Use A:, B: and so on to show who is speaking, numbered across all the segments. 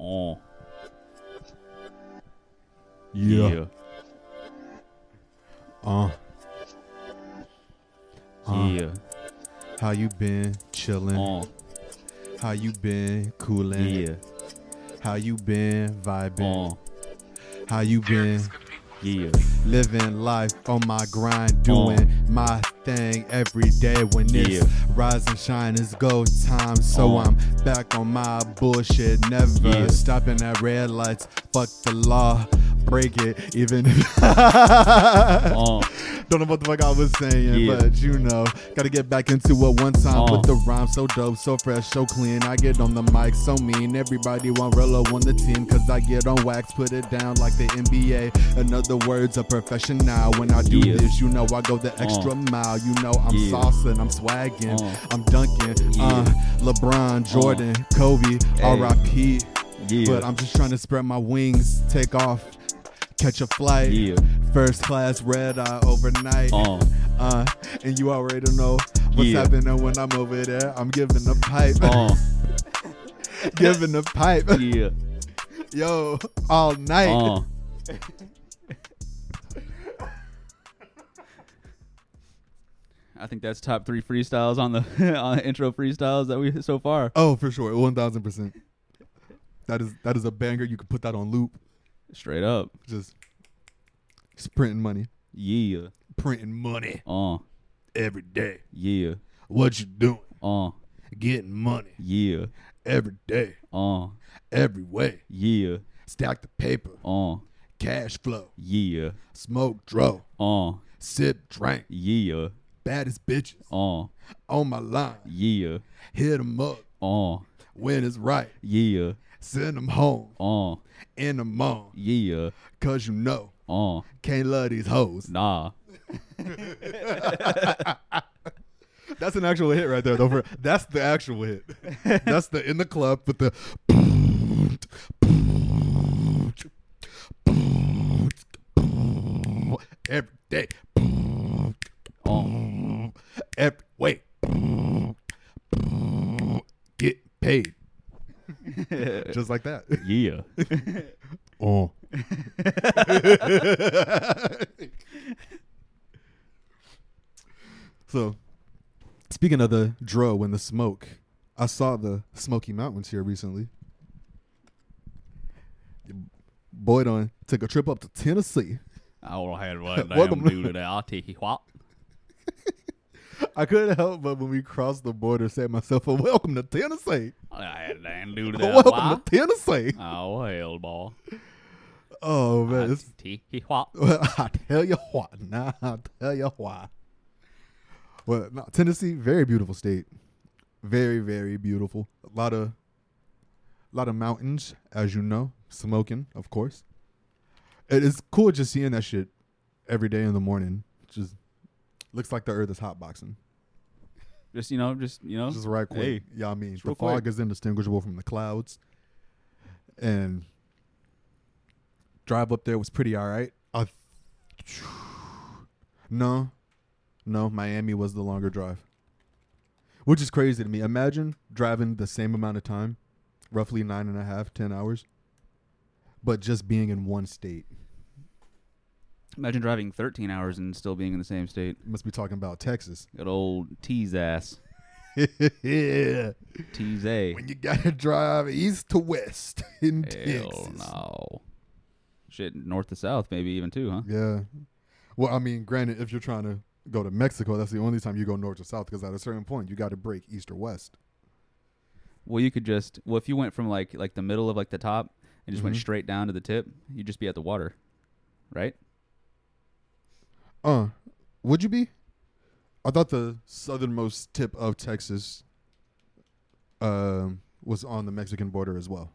A: Oh.
B: Yeah. Uh. Uh,
A: Yeah.
B: How you been chilling?
A: Oh.
B: How you been cooling?
A: Yeah.
B: How you been vibing?
A: Oh.
B: How you been
A: Yeah.
B: living life on my grind, doing my thing every day when it's
A: Uh. Yeah.
B: rise and shine is go time. So
A: Oh.
B: I'm back on my bullshit, never
A: Yeah.
B: stopping at red lights. Fuck the law, break it, even if.
A: Oh.
B: Don't know what the fuck I was saying,
A: Yeah.
B: but you know, gotta get back into it one time
A: Uh.
B: with the rhyme so dope, so fresh, so clean. I get on the mic so mean, everybody want Rello on the team, cause I get on wax, put it down like the NBA. In other words, a profession now. When I do
A: Yeah. Uh.
B: this, you know, I go the extra mile. You know, I'm
A: Yeah.
B: saucing, I'm swagging,
A: Uh.
B: I'm dunking. Uh, LeBron, Jordan, Kobe,
A: Hey.
B: RIP.
A: Yeah.
B: But I'm just trying to spread my wings, take off, catch a flight.
A: Yeah.
B: First class red eye overnight.
A: Oh.
B: Uh, and you already know what's
A: Yeah.
B: happening when I'm over there. I'm giving a pipe,
A: Oh.
B: giving a pipe,
A: Yeah.
B: yo, all night.
A: Oh. I think that's top three freestyles on the on the intro freestyles that we so far.
B: Oh, for sure, one thousand percent. That is that is a banger. You can put that on loop.
A: Straight up.
B: Just, just printing money,
A: Yeah.
B: printing money
A: Oh.
B: every day.
A: Yeah.
B: What you doing?
A: Oh.
B: Getting money
A: Yeah.
B: every day,
A: Oh.
B: every way.
A: Yeah.
B: Stack the paper,
A: Oh.
B: cash flow,
A: Yeah.
B: smoke, draw,
A: Oh.
B: sip, drink.
A: Yeah.
B: Baddest bitches
A: Oh.
B: on my line.
A: Yeah.
B: Hit 'em up
A: Oh.
B: when it's right.
A: Yeah.
B: Send 'em home
A: Oh.
B: in the morning.
A: Yeah.
B: Cause you know,
A: Oh.
B: can't love these hoes.
A: Nah.
B: That's an actual hit right there, though. For, that's the actual hit. That's the in the club with the. Every day,
A: Oh.
B: every way. Get paid. Just like that.
A: Yeah.
B: Oh. so, speaking of the dro and the smoke, I saw the Smoky Mountains here recently. Boyd on took a trip up to Tennessee.
A: I would have had one
B: Welcome
A: damn
B: to-
A: dude today. I'll take you what?
B: I couldn't help but when we crossed the border, say myself, "Well, welcome to Tennessee.
A: I had a damn dude today.
B: Welcome
A: what?
B: to Tennessee.
A: Oh hell, boy.
B: Oh man,
A: I'll
B: it's-
A: take you what?
B: Well, I tell you why. Nah, I tell you why. Well, no, Tennessee, very beautiful state. Very, very beautiful. A lot of, lot of mountains, as you know. Smoking, of course. It is cool just seeing that shit every day in the morning. Just looks like the earth is hotboxing.
A: Just you know, just you know,
B: Just right quick.
A: Hey,
B: yeah, I mean,
A: just
B: the
A: real
B: fog
A: quick.
B: is indistinguishable from the clouds. And drive up there was pretty all right. I th- no, no, Miami was the longer drive, which is crazy to me. Imagine driving the same amount of time, roughly nine and a half, ten hours, but just being in one state.
A: Imagine driving 13 hours and still being in the same state.
B: Must be talking about Texas.
A: Good old tease ass.
B: yeah.
A: Tease A.
B: When you gotta drive east to west in
A: Hell
B: Texas.
A: no. Shit, north to south, maybe even too, huh?
B: Yeah. Well, I mean, granted, if you're trying to go to Mexico, that's the only time you go north or south because at a certain point you got to break east or west.
A: Well, you could just well if you went from like like the middle of like the top and just went
B: Mhm.
A: straight down to the tip, you'd just be at the water, right?
B: Uh, would you be? I thought the southernmost tip of Texas um, was on the Mexican border as well.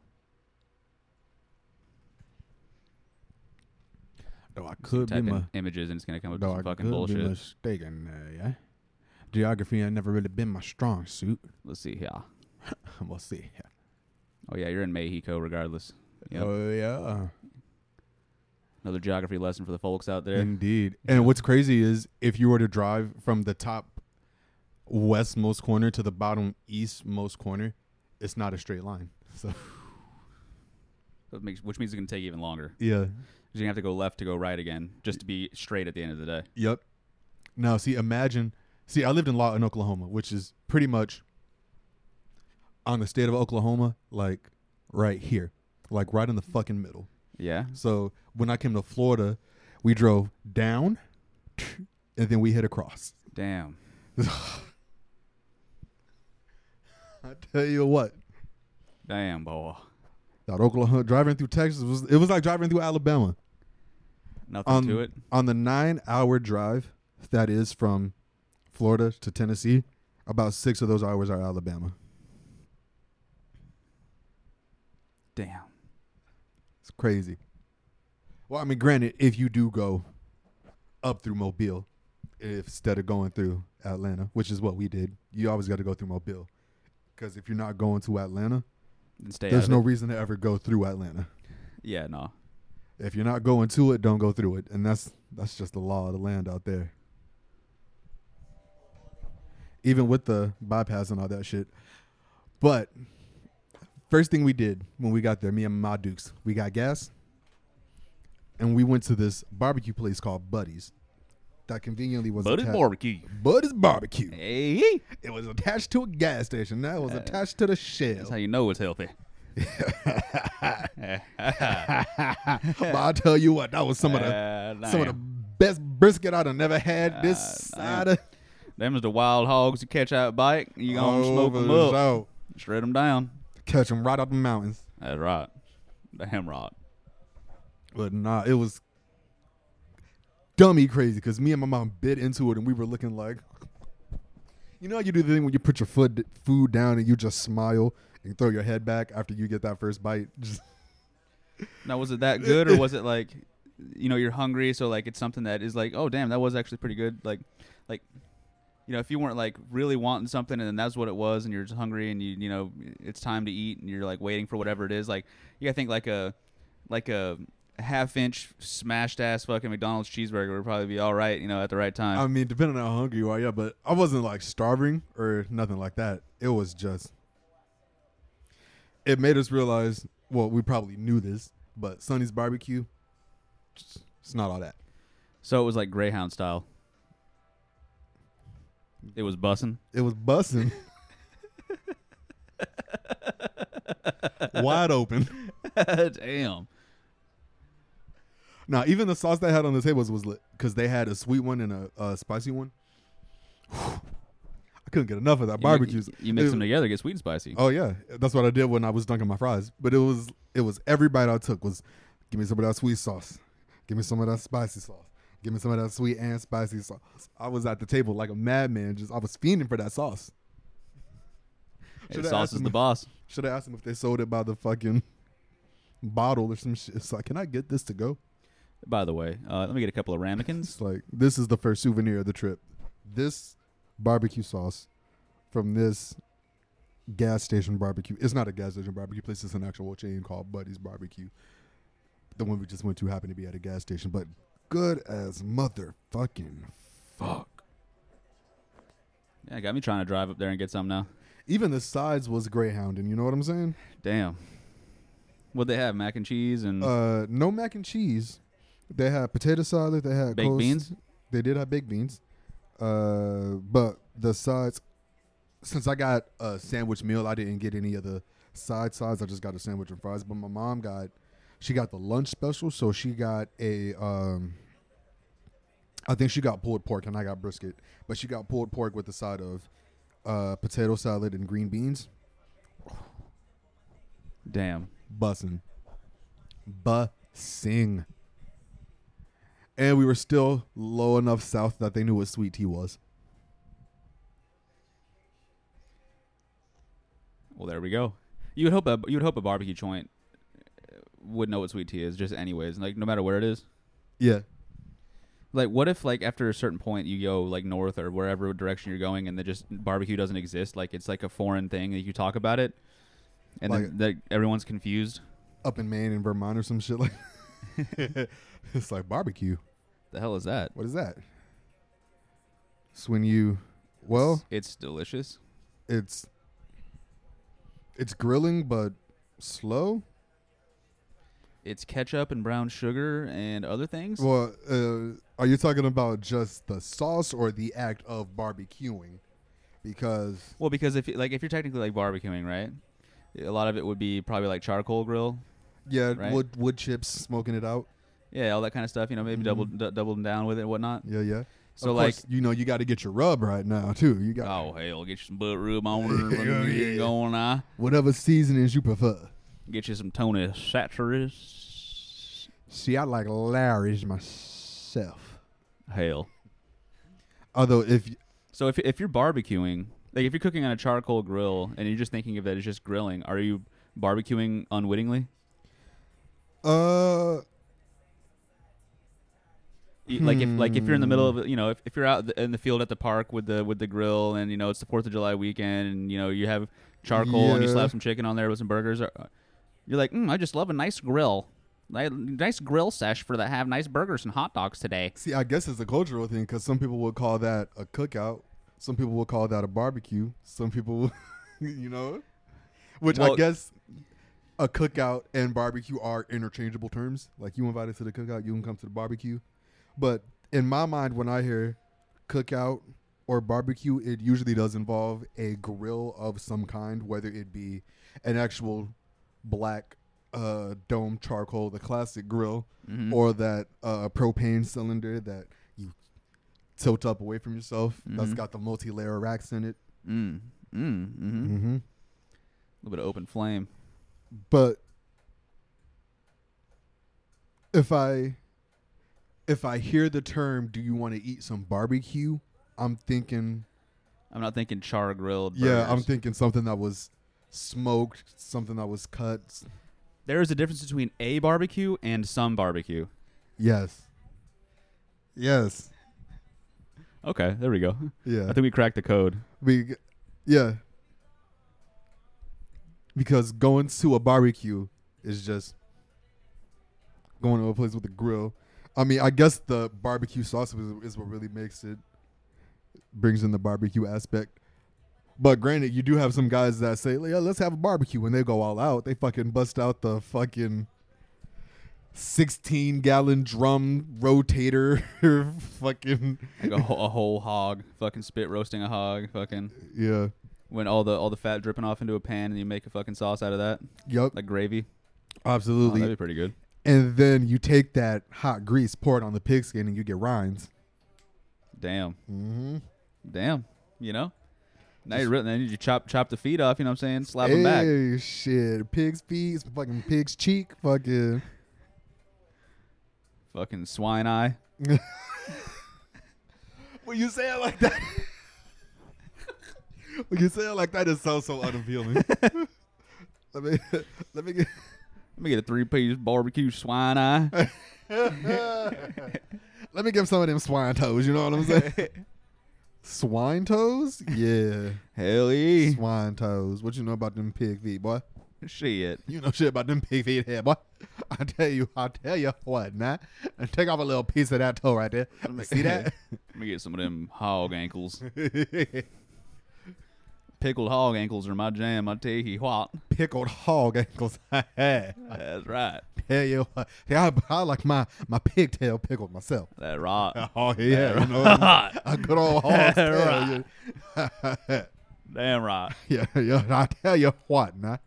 B: No, I could
A: Type in images and it's gonna come up with
B: No,
A: some
B: I
A: fucking
B: could
A: bullshit.
B: be mistaken. there, yeah, geography ain't never really been my strong suit.
A: Let's see here.
B: we'll see.
A: Oh yeah, you're in Mexico regardless. Yep.
B: Oh yeah.
A: Another geography lesson for the folks out there.
B: Indeed. And what's crazy is if you were to drive from the top westmost corner to the bottom eastmost corner, it's not a straight line. So
A: That makes, which means it's gonna take even longer. 'Cause
B: Yeah.
A: You're gonna have to go left to go right again, just to be straight at the end of the day.
B: Yep. Now, see, imagine. See, I lived in law in Oklahoma, which is pretty much on the state of Oklahoma, like right here, like right in the fucking middle.
A: Yeah.
B: So when I came to Florida, we drove down, and then we hit across.
A: Damn.
B: I tell you what,
A: Damn, boy.
B: that Oklahoma driving through Texas was it was like driving through Alabama
A: Nothing
B: on
A: to it.
B: on the nine hour drive that is from Florida to Tennessee. About six of those hours are Alabama.
A: Damn.
B: It's crazy. Well, I mean, granted, if you do go up through Mobile instead of going through Atlanta, which is what we did, you always got to go through Mobile. Because if you're not going to Atlanta,
A: Then stay
B: there's
A: out
B: no
A: of it.
B: reason to ever go through Atlanta.
A: Yeah, no.
B: If you're not going to it, don't go through it. And that's that's just the law of the land out there. Even with the bypass and all that shit. But first thing we did when we got there, me and my dukes, we got gas and we went to this barbecue place called Buddies. That conveniently was
A: But it's
B: atta-
A: barbecue.
B: Buddy's barbecue.
A: Hey.
B: It was attached to a gas station. That was
A: Uh,
B: attached to the
A: That's
B: shell.
A: how you know it's healthy.
B: but I'll tell you what, that was some of the
A: Uh,
B: some of the best brisket I'd have never had this
A: Uh,
B: side
A: damn.
B: of
A: Them's the wild hogs you catch out bike. You gonna smoke them
B: Over
A: up,
B: so.
A: shred them down.
B: Catch them right up the mountains.
A: That's right. Damn right.
B: But nah, it was dummy crazy because me and my mom bit into it and we were looking like, you know, how you do the thing when you put your foot food down and you just smile and throw your head back after you get that first bite. Just,
A: Now, was it that good, or was it like, you know, you're hungry, so like it's something that is like, oh damn, that was actually pretty good. Like, like, you know, if you weren't like really wanting something, and then that's what it was, and you're just hungry, and you you know, it's time to eat, and you're like waiting for whatever it is. Like, you gotta think like a, like a half inch smashed ass fucking McDonald's cheeseburger would probably be all right, you know, at the right time.
B: I mean, depending on how hungry you are, yeah. But I wasn't like starving or nothing like that. It was just, it made us realize. Well, we probably knew this, but Sonny's barbecue, it's it's not all that.
A: so it was like Greyhound style. It was bussing.
B: It was bussing. Wide open.
A: damn.
B: Now, even the sauce they had on the tables was lit because they had a sweet one and a, a spicy one. I couldn't get enough of that barbecue.
A: You, you mix
B: It-
A: them together, get sweet and spicy.
B: Oh yeah, that's what I did when I was dunking my fries. But it was it was every bite I took was, give me some of that sweet sauce, give me some of that spicy sauce, give me some of that sweet and spicy sauce. I was at the table like a madman, just I was fiending for that sauce.
A: Hey,
B: Should I
A: sauce
B: ask
A: is
B: him-
A: the boss.
B: Should have asked them if they sold it by the fucking bottle or some shit. It's like, can I get this to go?
A: By the way, uh, let me get a couple of ramekins.
B: It's like this is the first souvenir of the trip. This barbecue sauce from this gas station barbecue. It's not a gas station barbecue place. It's an actual chain called Buddy's Barbecue. The one we just went to happened to be at a gas station, but good as motherfucking fuck.
A: Yeah, got me trying to drive up there and get some now.
B: Even the sides was Greyhound, and you know what I'm saying?
A: Damn. What they have? Mac and cheese and
B: Uh, no mac and cheese. They had potato salad. They had
A: baked
B: coleslaw.
A: beans.
B: They did have baked beans. Uh, but the sides, since I got a sandwich meal, I didn't get any of the side sides. I just got a sandwich and fries. But my mom got, she got the lunch special. So she got a, um, I think she got pulled pork and I got brisket. But she got pulled pork with a side of uh, potato salad and green beans.
A: Damn.
B: Bussin. Bussing. And we were still low enough south that they knew what sweet tea was.
A: Well, there we go. You would hope a you would hope a barbecue joint uh, would know what sweet tea is, just anyways. Like no matter where it is.
B: Yeah.
A: Like what if like after a certain point you go like north or wherever direction you're going and the just barbecue doesn't exist? Like it's like a foreign thing that you talk about it, and then that everyone's confused.
B: Up in Maine and Vermont or some shit like It's like barbecue.
A: The hell is that?
B: What is that? It's when you well,
A: it's delicious.
B: it's it's grilling but slow.
A: it's ketchup and brown sugar and other things.
B: Well, uh, are you talking about just the sauce or the act of barbecuing? Because
A: Well, because if you- like if you're technically like barbecuing, right? A lot of it would be probably like charcoal grill,
B: yeah,
A: Right.
B: wood wood chips, smoking it out.
A: yeah, all that kind of stuff. You know, maybe double
B: Mm-hmm.
A: d- double them down with it, and whatnot.
B: Yeah, yeah.
A: So
B: Of
A: like,
B: course, you know, you got to get your rub right now too. You got
A: oh hell, get you some butt rub on
B: Yeah, yeah.
A: there, going on.
B: whatever seasonings you prefer.
A: Get you some Tony Satcheris.
B: See, I like Larry's myself.
A: Hell.
B: Although, if
A: So if if you're barbecuing, like if you're cooking on a charcoal grill and you're just thinking of that as just grilling, are you barbecuing unwittingly?
B: uh,
A: Y- E, Like if like if you're in the
B: Hmm.
A: middle of you know if, if you're out th- in the field at the park with the with the grill and you know it's the Fourth of July weekend and you know you have charcoal and you
B: Yeah.
A: slap some chicken on there with some burgers, uh, you're like, mm, I just love a nice grill, Ni- nice grill sesh for that have nice burgers and hot dogs today.
B: see, I guess it's a cultural thing because some people would call that a cookout. Some people would call that a barbecue. Some people, you know, which I
A: Well-
B: guess a cookout and barbecue are interchangeable terms. Like you invited to the cookout, you can come to the barbecue. But in my mind, when I hear cookout or barbecue, it usually does involve a grill of some kind, whether it be an actual black uh, dome charcoal, the classic grill,
A: Mm-hmm.
B: or that uh, propane cylinder that you tilt up away from yourself.
A: Mm-hmm.
B: That's got the multi-layer racks in it.
A: Mm, mm, mm-hmm. A
B: Mm-hmm.
A: little bit of open flame.
B: But if I if I hear the term, do you want to eat some barbecue? I'm thinking,
A: I'm not thinking char grilled.
B: yeah, I'm
A: burgers.
B: thinking something that was smoked, something that was cut. s-
A: There is a difference between a barbecue and some barbecue.
B: Yes, yes,
A: Okay, there we go.
B: yeah.
A: I think we cracked the code.
B: We, g- yeah. Because going to a barbecue is just going to a place with a grill. I mean, I guess the barbecue sauce is, is what really makes it brings in the barbecue aspect. But granted, you do have some guys that say, "Yeah, let's have a barbecue," when they go all out, they fucking bust out the fucking sixteen gallon drum rotator, fucking
A: Like a, whole, a whole hog, fucking spit roasting a hog, fucking
B: yeah,
A: when all the all the fat dripping off into a pan and you make a fucking sauce out of that,
B: yep,
A: like gravy. Oh,
B: absolutely.
A: that'd be pretty good.
B: and then you take that hot grease, pour it on the pigskin, and you get rinds.
A: Damn,
B: Mm-hmm.
A: damn. You know, now you're really, then you chop chop the feet off. You know what I'm saying? Slap them back.
B: Hey, shit, pig's feet, some fucking pig's cheek, fucking.
A: Fucking swine eye.
B: When you say it like that, when you say it like that, it sounds so unappealing. let me, let me get.
A: Let me get a three piece barbecue swine eye.
B: Let me give some of them swine toes. You know what I'm saying? swine toes? Yeah,
A: Hell yeah.
B: swine toes. What you know about them pig feet, boy?
A: Shit.
B: You know shit about them pig feet here, boy. I tell you, I tell you what, nah. And take off a little piece of that toe right there. See that?
A: Let me get some of them hog ankles.
B: Pickled
A: Pickled hog ankles are my jam. I tell you what.
B: hog ankles. I
A: That's right.
B: tell you what. Yeah, I, I like my, my pigtail pickled myself.
A: That right.
B: Oh yeah, you know what I mean? a good old hog tail. yeah.
A: Damn right.
B: yeah, yeah. I tell you what, nah.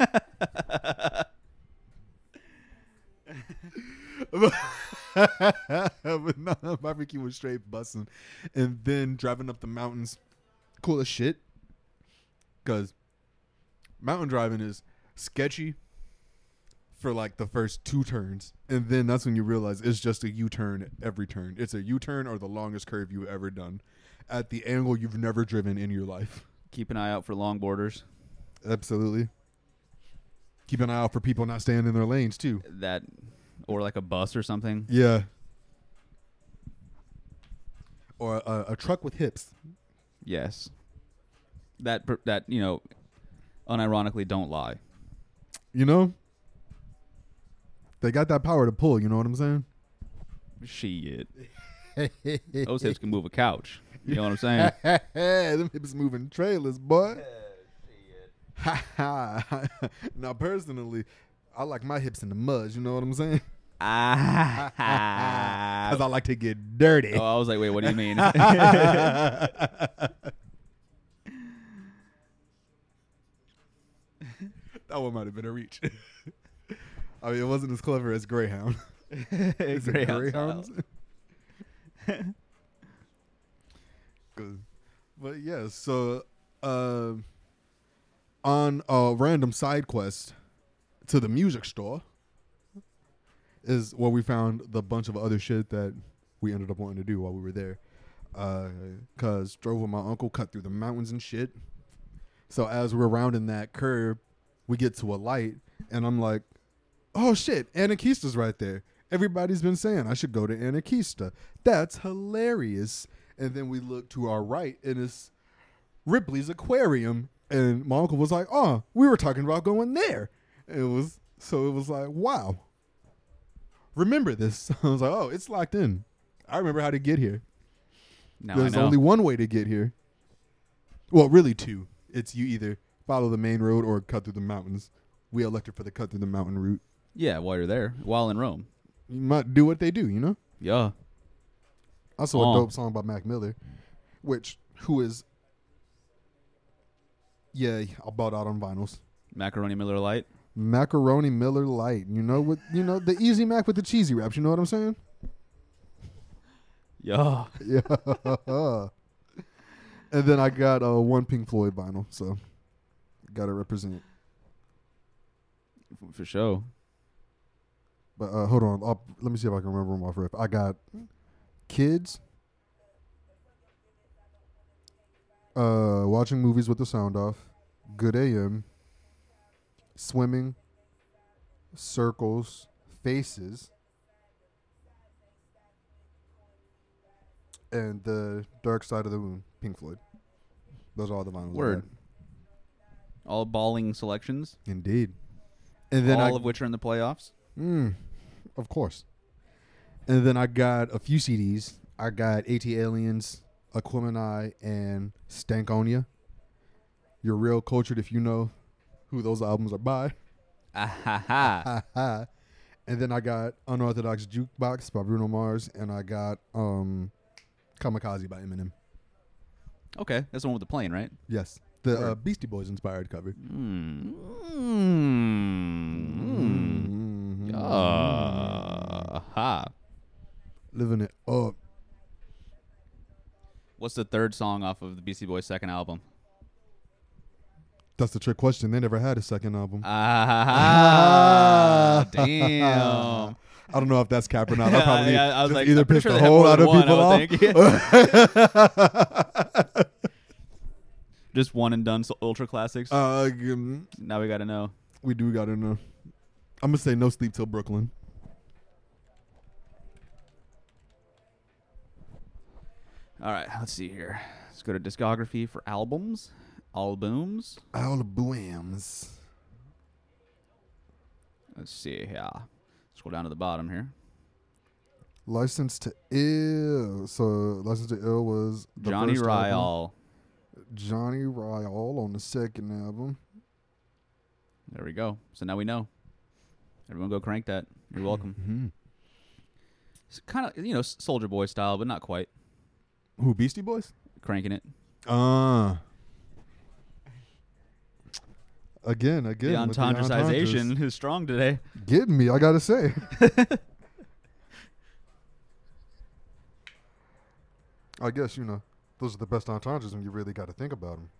B: but no, barbecue was straight busting, and then driving up the mountains, cool as shit. Cause mountain driving is sketchy for like the first two turns, and then that's when you realize it's just a U turn every turn. It's a U turn or the longest curve you've ever done, at the angle you've never driven in your life.
A: Keep an eye out for long borders.
B: Absolutely. Keep an eye out for people not staying in their lanes too.
A: That, or like a bus or something.
B: Yeah. Or a, a truck with hips.
A: Yes. That per- that you know, unironically don't lie.
B: You know? They got that power to pull, you know what I'm saying?
A: Shit. Those hips can move a couch. You know what I'm saying?
B: Them hips moving trailers, boy. Ha ha. now personally, I like my hips in the mud. You know what I'm saying?
A: Ah.
B: Because I like to get dirty.
A: oh, I was like, wait, what do you mean?
B: that one might have been a reach. I mean, it wasn't as clever as Greyhound. Is it
A: Greyhound
B: Greyhounds?
A: style.
B: 'Cause- but yeah, so uh, on a random side quest to the music store is where we found the bunch of other shit that we ended up wanting to do while we were there. Uh, Cause drove with my uncle, cut through the mountains and shit. So as we're rounding that curb, we get to a light, and I'm like, "Oh shit, Anarchista's right there." Everybody's been saying I should go to Anarchista. That's hilarious. And then we look to our right, and it's Ripley's Aquarium. And my uncle was like, "Oh, we were talking about going there." It was so it was like, "Wow, remember this?" I was like, "Oh, it's locked in. I remember how to get here."
A: Now I
B: There's
A: know.
B: only one way to get here. Well, really two. It's you either follow the main road or cut through the mountains. We elected for the cut through the mountain route.
A: yeah, while you're there, while in Rome.
B: You might do what they do, you know?
A: Yeah.
B: Also
A: Oh.
B: a dope song by Mac Miller, which who is Yeah, I bought out on vinyls.
A: Macaroni Miller Light.
B: Macaroni Miller Light. You know what you know, the easy Mac with the cheesy wraps, you know what I'm saying?
A: Yeah.
B: Yeah. and then I got uh, one Pink Floyd vinyl, so gotta represent.
A: For sure.
B: But uh, hold on, I'll, let me see if I can remember them off rip. I got kids, uh, watching movies with the sound off, good AM, swimming, circles, faces, and the dark side of the moon, Pink Floyd. Those are all the vinyls. I got.
A: Word. All balling selections.
B: Indeed. And then
A: all
B: I,
A: of which are in the playoffs.
B: Mm, of course. And then I got a few CDs. I got AT Aliens, Aquemini, and Stankonia. You're real cultured if you know who those albums are by.
A: Ah ha ha.
B: Ha ha. and then I got Unorthodox Jukebox by Bruno Mars, and I got um, Kamikaze by Eminem.
A: Okay, that's the one with the plane, right?
B: Yes, the uh,
A: Word.
B: Beastie Boys inspired cover.
A: Mm. Mm.
B: Mhm.
A: Ah ha.
B: Living it up.
A: What's the third song off of the Beastie Boys' second album?
B: That's the trick question. They never had a second album.
A: Ah, ha, ha, ha. Ah, damn.
B: I don't know if that's cap or not. I
A: Yeah,
B: probably
A: yeah, I was
B: just
A: like,
B: either
A: I'm pretty sure
B: pissed the
A: they have
B: whole
A: more
B: lot
A: than
B: of
A: one,
B: people
A: I
B: off.
A: would Just one and done so ultra classics.
B: uh, mm,
A: now we gotta know.
B: we do got to know. I'm gonna say no sleep till Brooklyn.
A: All right, let's see here. Let's go to discography for albums, albums.
B: All the booms.
A: Let's see here. Scroll down to the bottom here.
B: License to Ill. So License to Ill was the
A: Johnny
B: first album.
A: Ryall.
B: Johnny Ryle on the second album.
A: There we go. So now we know. Everyone go crank that.
B: Hmm.
A: You're welcome.
B: Mm-hmm.
A: It's kind of, you know, Soldier Boy style, but not quite.
B: Who Beastie Boys?
A: Cranking it.
B: Ah. Again,
A: The
B: again. with the entendres.
A: entendresization is strong today.
B: Getting me, I gotta say. I guess you know those are the best entendres when you really got to think about them.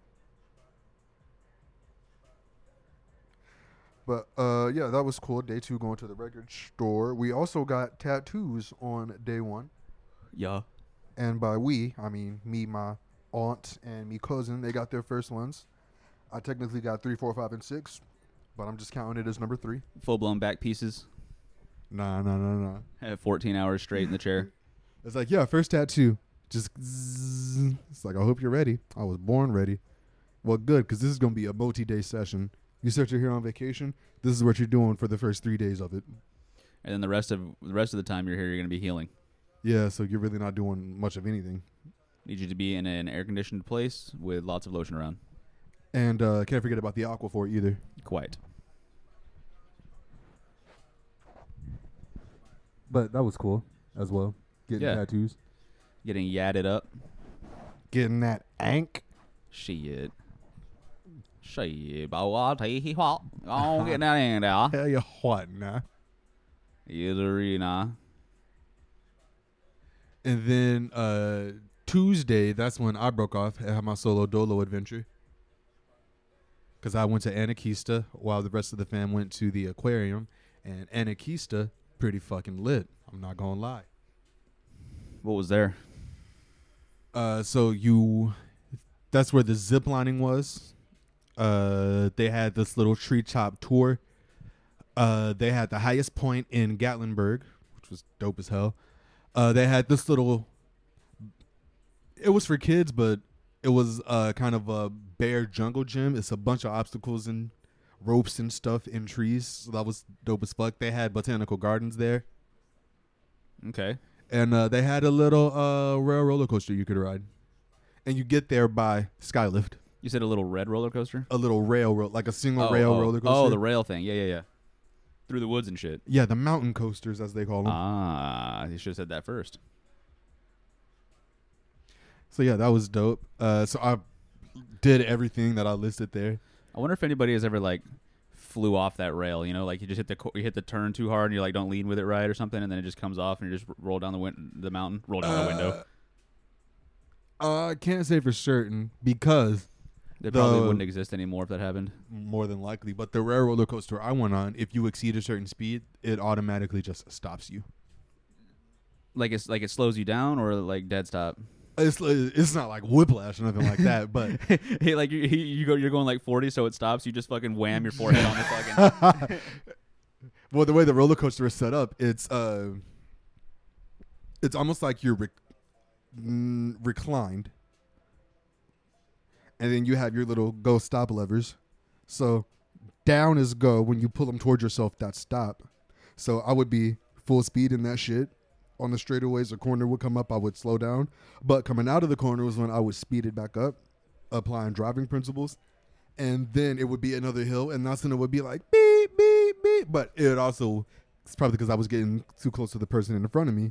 B: But uh, yeah, that was cool. Day two, going to the record store. We also got tattoos on day one,
A: Yeah.
B: and by we, I mean me, my aunt, and me cousin. They got their first ones. I technically got three, four, five, and six, but I'm just counting it as number three.
A: Full blown back pieces.
B: Nah, nah, nah, nah.
A: Had 14 hours straight in the chair.
B: It's like, yeah, first tattoo. Just zzz. it's like, I hope you're ready. I was born ready. Well, good, because this is gonna be a multi-day session. You said you're here on vacation. This is what you're doing for the first three days of it.
A: And then the rest of the rest of the time you're here, you're going to be healing.
B: Yeah, so you're really not doing much of anything.
A: Need you to be in an air conditioned place with lots of lotion around.
B: And uh, can't forget about the Aquaphor either.
A: Quite.
C: But that was cool as well. Getting
A: Yeah.
C: tattoos.
A: Getting yadded up.
B: Getting that ank.
A: Shit. Shit, but I'll tell you what. I'm getting that in there.
B: Tell you what, nah.
A: Here's a arena.
B: And then uh Tuesday, that's when I broke off and had my solo dolo adventure. Cause I went to Anarchista while the rest of the fam went to the aquarium, and Anarchista pretty fucking lit. I'm not gonna lie.
A: What was there?
B: Uh, so you, that's where the zip lining was. Uh, they had this little tree chop tour. Uh, they had the highest point in Gatlinburg, which was dope as hell. Uh, they had this little. It was for kids, but it was uh kind of a bear jungle gym. It's a bunch of obstacles and ropes and stuff in trees. So that was dope as fuck. They had botanical gardens there,
A: Okay.
B: and uh, they had a little uh rail roller coaster you could ride, and you get there by skylift.
A: You said a little red roller coaster?
B: a little railroad, like a single
A: oh,
B: rail
A: oh.
B: roller coaster.
A: Oh, the rail thing. Yeah, yeah, yeah. Through the woods and shit.
B: yeah, the mountain coasters as they call them.
A: Ah, you should have said that first.
B: so yeah, that was dope. Uh, so I did everything that I listed there.
A: I wonder if anybody has ever like flew off that rail. You know, like you just hit the co- you hit the turn too hard and you like don't lean with it right or something, and then it just comes off and you just r- roll down the win- the mountain, roll down the window.
B: Uh, I can't say for certain because
A: They probably
B: the-
A: wouldn't exist anymore if that happened.
B: more than likely, but the rail roller coaster I went on, if you exceed a certain speed, it automatically just stops you.
A: Like it's like it slows you down or like dead stop.
B: It's uh, it's not like whiplash or nothing like that, but
A: Hey, like you, you go, you're going like 40, so it stops. You just fucking wham your forehead on the fucking.
B: well, the way the roller coaster is set up, it's uh, it's almost like you're rec- mm, reclined, and then you have your little go stop levers. So down is go when you pull them towards yourself. That's stop. So I would be full speed in that shit. On the straightaways, a corner would come up. I would slow down, but coming out of the corner was when I would speed it back up, applying driving principles and then it would be another hill, and that's when it would be like beep beep beep. But it also it's probably because I was getting too close to the person in front of me,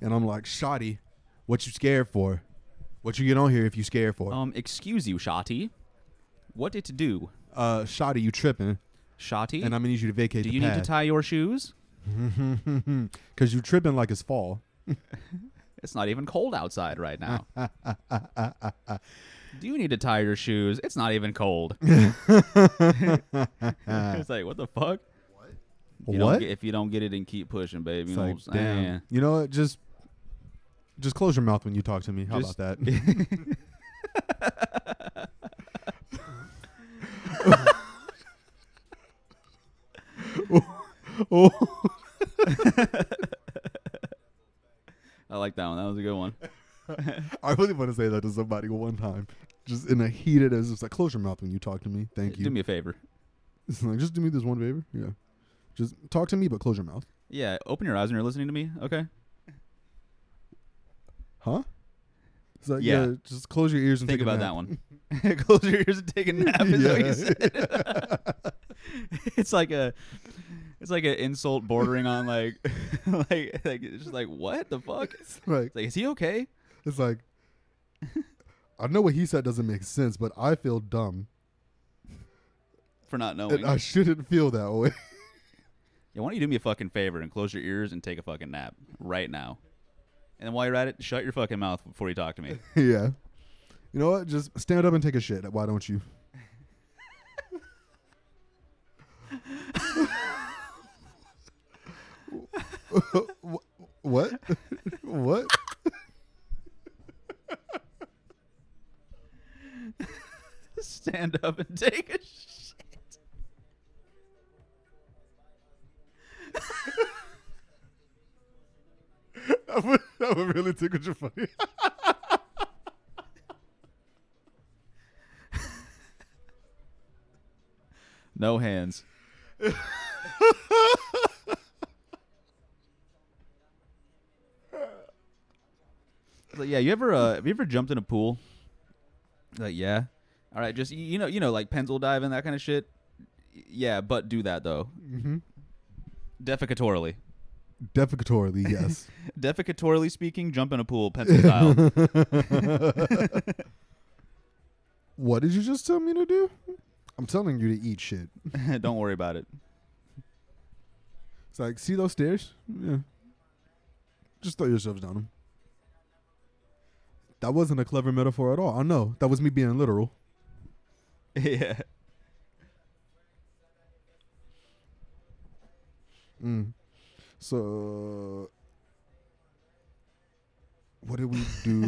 B: and I'm like, "Shoddy, what you scared for? What you get on here if you scared for?
A: Um, excuse you, Shotty. What did you do,
B: Uh, Shoddy, you tripping?
A: Shotty?
B: And I'm gonna need you to vacate
A: do
B: the
A: you need to tie your shoes?
B: because you tripping like it's fall.
A: It's not even cold outside right now. do you need to tie your shoes? It's not even cold. it's like what the fuck? If you don't
B: what?
A: get- if you don't get it, and keep pushing, baby. You
B: It's
A: know
B: like,
A: what I'm
B: damn.
A: saying?
B: You know what? Just, just close your mouth when you talk to me. How
A: Just-
B: about that?
A: I like that one. That was a good one.
B: I really want to say that to somebody one time, just in a heated as it's like, close your mouth when you talk to me. Thank you.
A: Do me a favor.
B: It's like, just do me this one favor. Yeah. Just talk to me, but close your mouth.
A: Yeah, open your eyes when you're listening to me. Okay.
B: Huh? It's like, yeah.
A: Yeah.
B: just close your ears and
A: Think
B: take
A: about that one. Close your ears and take a nap. Is what you said. it's like a, it's like an insult bordering on like, like, like it's just like what the fuck? It's
B: that one. Like,
A: like is he okay?
B: it's like, I know what he said doesn't make sense, but I feel dumb.
A: For not knowing.
B: And I shouldn't feel that way.
A: yeah, why don't you do me a fucking favor and close your ears and take a fucking nap right now? And while you're at it, shut your fucking mouth before you talk to me.
B: yeah. You know what? Just stand up and take a shit. Why don't you? Wh- what? what?
A: Stand up and take a shit.
B: That would, that would really tickle your funny.
A: No hands. Like, yeah, you ever uh, have you ever jumped in a pool? Like, yeah. All right, just y- you know, you know, like pencil diving, that kind of
B: Mm-hmm.
A: shit. Y- Yeah, but do that though, defecatorily.
B: Defecatorily, yes.
A: Defecatorily speaking, jump in a pool, pencil style.
B: what did you just tell me to do? I'm telling you to eat shit.
A: Don't worry about it.
B: It's like, see those stairs? Yeah. Just throw yourselves down them. That wasn't a clever metaphor at all. I know. That was me being literal.
A: yeah.
B: Mm. So, what did we do?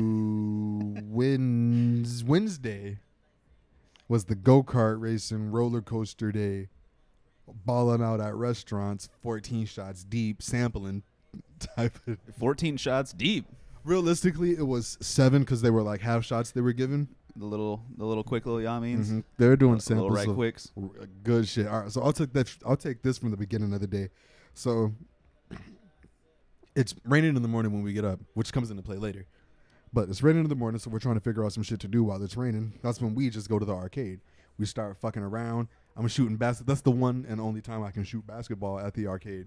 B: Wednes Wednesday was the go kart racing roller coaster day, balling out at restaurants, fourteen shots deep, sampling type. Of.
A: 14 shots deep.
B: Realistically, it was seven because they were like half shots they were given.
A: The little, the little quick little yameens.
B: Mhm. They were doing
A: The Mm-hmm. Little
B: samples
A: right
B: of
A: quicks.
B: R- uh, Good shit. All right, so I'll take that. I'll take this from the beginning of the day. So it's raining in the morning when we get up, which comes into play later. But it's raining in the morning, so we're trying to figure out some shit to do while it's raining. That's when we just go to the arcade. We start fucking around. I'm shooting basket. That's the one and only time I can shoot basketball at the arcade.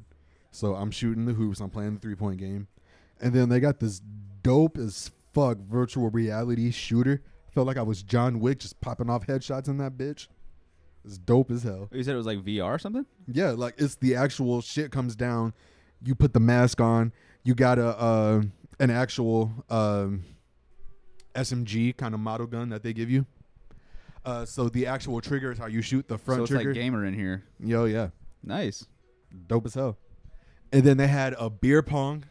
B: So I'm shooting the hoops. I'm playing the three point game, and then they got this dope as fuck virtual reality shooter. Felt like I was John Wick, just popping off headshots in that bitch. It's dope as hell.
A: You said it was like VR or something?
B: Yeah, like it's the actual shit comes down. You put the mask on. You got a uh, an actual um, SMG kind of model gun that they give you. Uh, so the actual trigger is how you shoot the front
A: so it's
B: trigger.
A: like gamer in here.
B: Yo, yeah,
A: Nice.
B: dope as hell. And then they had a beer pong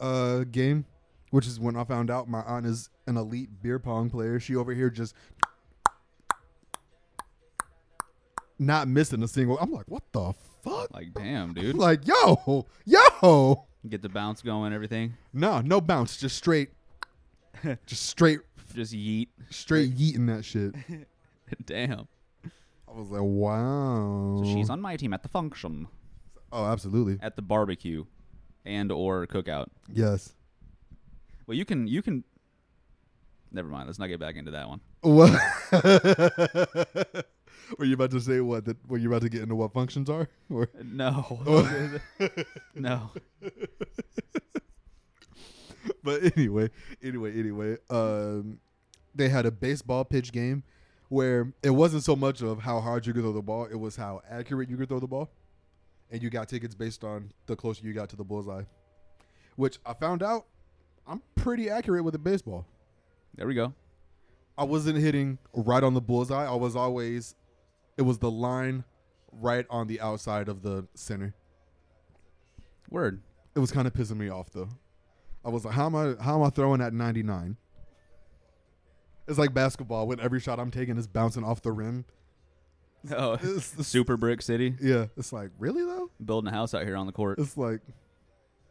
B: uh, game, which is when I found out my aunt is an elite beer pong player. She over here just not missing a single. I'm like, what the fuck?
A: Like, damn, dude.
B: Like, yo, yo.
A: Get the bounce going, everything.
B: No, no bounce, just straight just straight
A: Just yeet.
B: straight yeeting that shit.
A: damn.
B: I was like, wow.
A: So she's on my team at the function,
B: Oh, absolutely.
A: at the barbecue, and or cookout.
B: Yes.
A: Well, you can you can. Never mind. Let's not get back into that one.
B: What were you about to say what that were you about to get into what functions are? Or
A: No. no.
B: but anyway, anyway, anyway, um, they had a baseball pitch game where it wasn't so much of how hard you could throw the ball, it was how accurate you could throw the ball. And you got tickets based on the closer you got to the bullseye, which I found out I'm pretty accurate with a baseball.
A: There we go.
B: I wasn't hitting right on the bullseye. I was always, it was the line right on the outside of the center.
A: Word.
B: It was kind of pissing me off though. I was like, how am I how am I throwing at 99? It's like basketball when every shot I'm taking is bouncing off the rim.
A: Oh,
B: It's- it's-
A: Super Brick City.
B: Yeah, it's like really though.
A: Building a house out here on the court.
B: It's like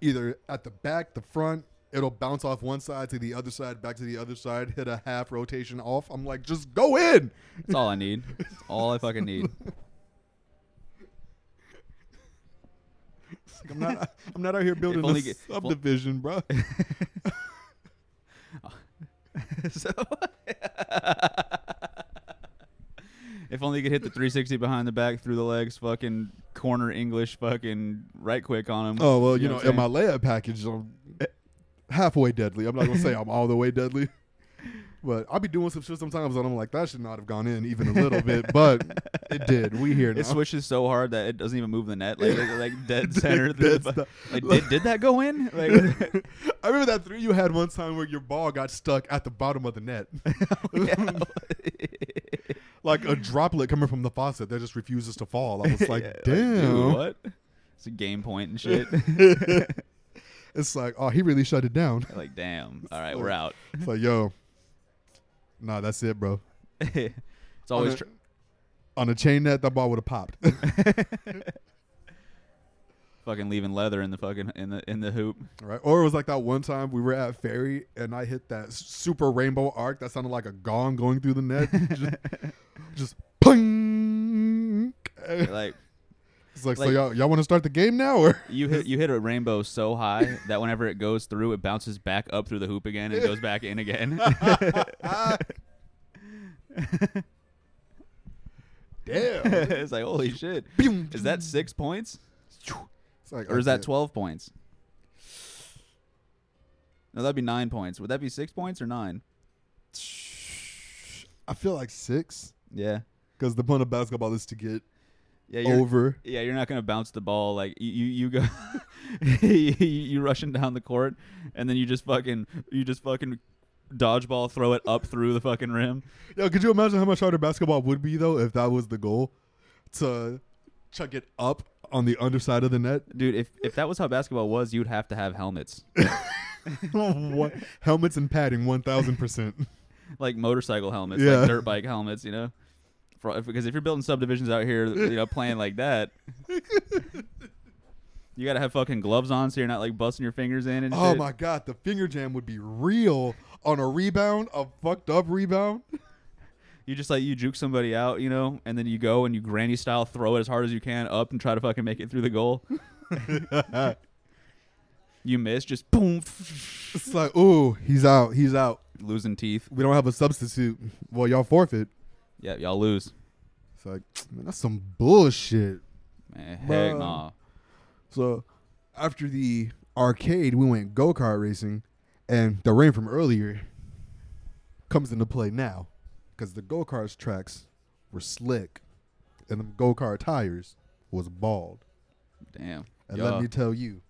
B: either at the back, the front, it'll bounce off one side to the other side, back to the other side, hit a half rotation off. I'm like, just go in.
A: That's all I need. That's all I fucking need.
B: It's like, I'm not I'm not out here building
A: only
B: a
A: get- if on-
B: subdivision, bro.
A: so, if only you could hit the 360 behind the back, through the legs, fucking corner English, fucking right quick on him.
B: Oh well, you, know,
A: what
B: in
A: I'm
B: my layup package, I'm halfway deadly. I'm not gonna say I'm all the way deadly, but I'll be doing some shit sometimes, and I'm like, that should not have gone in even a little bit, but it did. We here now.
A: It swishes so hard that it doesn't even move the net, like like, like dead center.
B: Dead
A: through the bu- like,
B: stu-
A: did, did that go in? Like,
B: I remember that three you had one time where your ball got stuck at the bottom of the net, like a droplet coming from the faucet that just refuses to fall. I was like,
A: Yeah, like, dude,
B: damn.
A: what? It's a game point and shit.
B: it's like, oh, he really shut it down.
A: like, damn. All right, we're out.
B: It's like, yo, nah, that's it, bro.
A: it's always.
B: on a,
A: Tr-
B: on a chain net, that ball would have popped.
A: fucking leaving leather in the fucking in the in the hoop.
B: Right. Or it was like that one time we were at Ferry and I hit that s- super rainbow arc that sounded like a gong going through the net. just, just ping. It's
A: Like
B: like, so
A: like-
B: y'all, y'all want to start the game now or?
A: you hit you hit a rainbow so high that whenever it goes through, it bounces back up through the hoop again and goes back in again.
B: Damn.
A: it's like holy shit.
B: Boom.
A: Is that six points
B: It's like,
A: or is that
B: okay.
A: twelve points? No, that'd be nine points. Would that be six points or nine?
B: I feel like six
A: Yeah.
B: because the point of basketball is to get
A: Yeah. You're,
B: over.
A: Yeah, you're not gonna bounce the ball like you you, you go you, you rushing down the court and then you just fucking you just fucking dodgeball throw it up through the fucking rim.
B: Yo, could you imagine how much harder basketball would be though if that was the goal to chuck it up on the underside of the net?
A: Dude, if if that was how basketball was, you'd have to have helmets.
B: What- Helmets and padding, one thousand percent.
A: Like motorcycle helmets,
B: Yeah.
A: like dirt bike helmets, you know? For, if, because if you're building subdivisions out here, you know, playing like that, you gotta have fucking gloves on so you're not like busting your fingers in and
B: Oh
A: shit.
B: my god, the finger jam would be real on a rebound, a fucked up rebound.
A: You just like you juke somebody out, you know, and then you go and you granny style throw it as hard as you can up and try to fucking make it through the goal. you miss, just boom,
B: It's like, ooh, he's out, he's out.
A: losing teeth.
B: We don't have a substitute. Well, y'all forfeit.
A: Yeah, y'all lose.
B: It's like, man, that's some bullshit.
A: Man, heck
B: Bruh.
A: nah.
B: So after the arcade, we went go kart racing, and the rain from earlier comes into play now because the go karts tracks were slick, and the go kart tires was bald.
A: Damn.
B: And
A: Yeah.
B: let me tell you.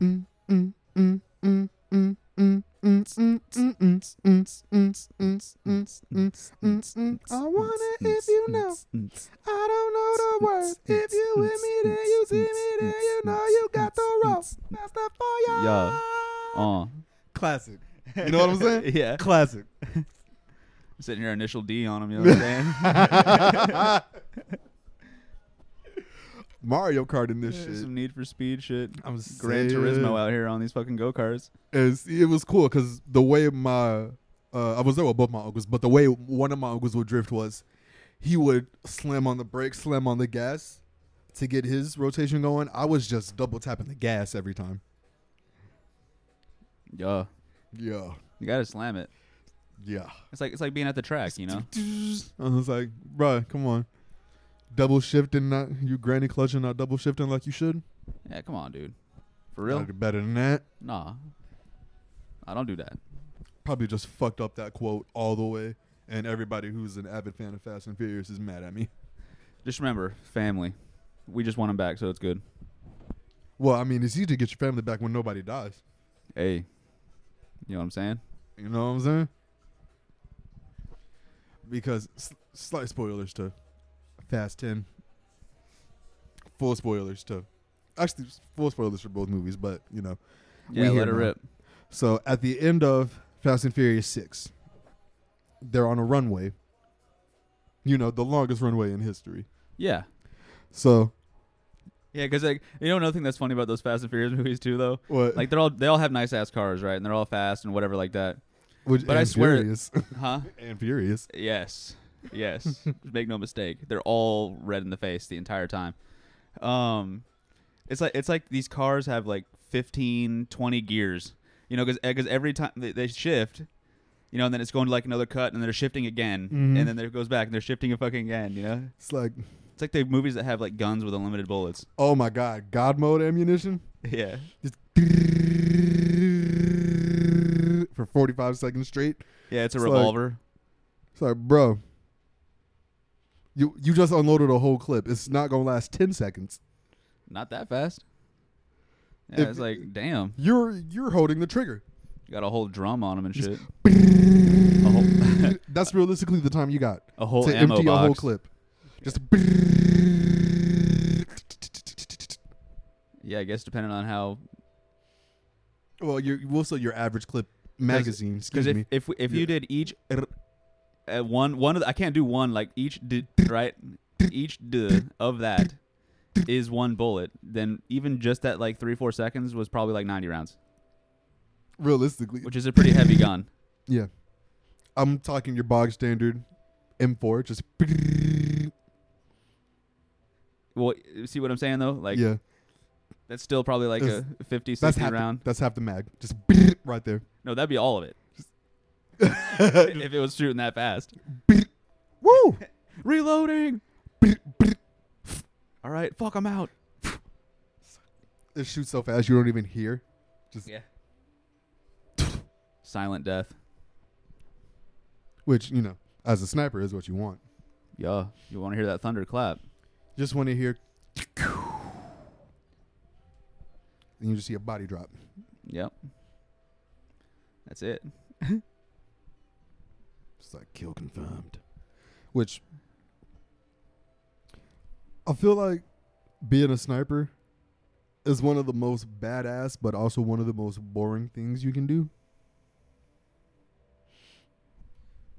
B: Mm, mm, mm, mm, mm, mm, mm, mm, mm, mm, mm, mm, mm, mm, mm, mm, mm. I wanna if you know. I don't know the word. If you with me, then you see me, then you know you got the rope. That's the fire.
A: Yeah. Uh.
B: Classic. Um, You know what I'm saying?
A: Yeah.
B: Classic.
A: Sitting here initial D on him, you know what I'm saying?
B: Mario Kart in this shit.
A: Some need for speed shit.
B: I'm
A: Gran Turismo out here on these fucking go karts.
B: And see, it was cool because the way my uh, I was there with both my uncles, but the way one of my uncles would drift was he would slam on the brake, slam on the gas to get his rotation going. I was just double tapping the gas every time.
A: Yeah.
B: Yeah,
A: You gotta slam it.
B: yeah.
A: It's like it's like being at the track, you know?
B: I was like, bruh, come on, double shifting, not you granny clutching, not double shifting like you should.
A: Yeah, come on, dude. For real?
B: Gotta do better than that.
A: Nah. I don't do that.
B: Probably just fucked up that quote all the way, and everybody who's an avid fan of Fast and Furious is mad at me.
A: Just remember, family. We just want him back, so it's good.
B: Well, I mean, it's easy to get your family back when nobody dies.
A: Hey, you know what I'm saying?
B: You know what I'm saying? Because s- slight spoilers to Fast 10. Full spoilers to. Actually, s- full spoilers for both movies, but you know. We
A: Yeah,
B: here
A: let it
B: now.
A: rip.
B: So at the end of Fast and Furious 6, they're on a runway. You know, the longest runway in history.
A: Yeah,
B: So,
A: yeah, because like you know another thing that's funny about those Fast and Furious movies too, though.
B: what?
A: Like they're all they all have nice ass cars, right? And they're all fast and whatever like that,
B: Which-
A: but I
B: and
A: swear-
B: Furious.
A: huh?
B: and Furious.
A: Yes, yes. Make no mistake, they're all red in the face the entire time. Um, it's like it's like these cars have like 15, 20 gears, you know, because every time they, they shift, you know, and then it's going to like another cut, and they're shifting again,
B: Mhm.
A: and then it goes back, and they're shifting a fucking again, you know.
B: It's like,
A: It's like the movies that have like guns with unlimited bullets.
B: oh my God, God mode ammunition?
A: Yeah.
B: Just for 45 seconds straight.
A: Yeah, it's a
B: It's like-
A: revolver.
B: It's like, bro, you you just unloaded a whole clip. It's not gonna last 10 seconds.
A: Not that fast. Yeah,
B: If-
A: it's like, damn.
B: You're you're holding the trigger.
A: You got a whole drum on him and shit.
B: That's realistically the time you got
A: A whole
B: to
A: ammo
B: empty
A: box.
B: a whole clip. Just
A: Yeah, I guess depending on how.
B: well, you we'll say your average clip magazine.
A: Because
B: Excuse
A: if
B: me.
A: if, if you
B: Yeah.
A: did each, r- uh, one one of the, I can't do one like each d right each d of that is one bullet. Then even just that like three four seconds was probably like ninety rounds,
B: Realistically,
A: which is a pretty heavy gun.
B: Yeah. I'm talking your bog standard M4, just
A: Well, see what I'm saying though? Like
B: yeah.
A: that's still probably like
B: That's-
A: a 50,
B: That's
A: 60
B: half.
A: round.
B: The, that's half the mag. Just right there.
A: No, that'd be all of it. if it was shooting that fast.
B: Woo!
A: Reloading. All right, fuck, I'm out.
B: It shoots so fast you don't even hear. Just
A: Yeah. silent death.
B: Which you know, as a sniper, is what you want.
A: Yeah, you want to hear that thunder clap.
B: Just want to hear, and you just see a body drop.
A: Yep. That's it.
B: It's like kill confirmed. Which I feel like being a sniper is one of the most badass, but also one of the most boring things you can do.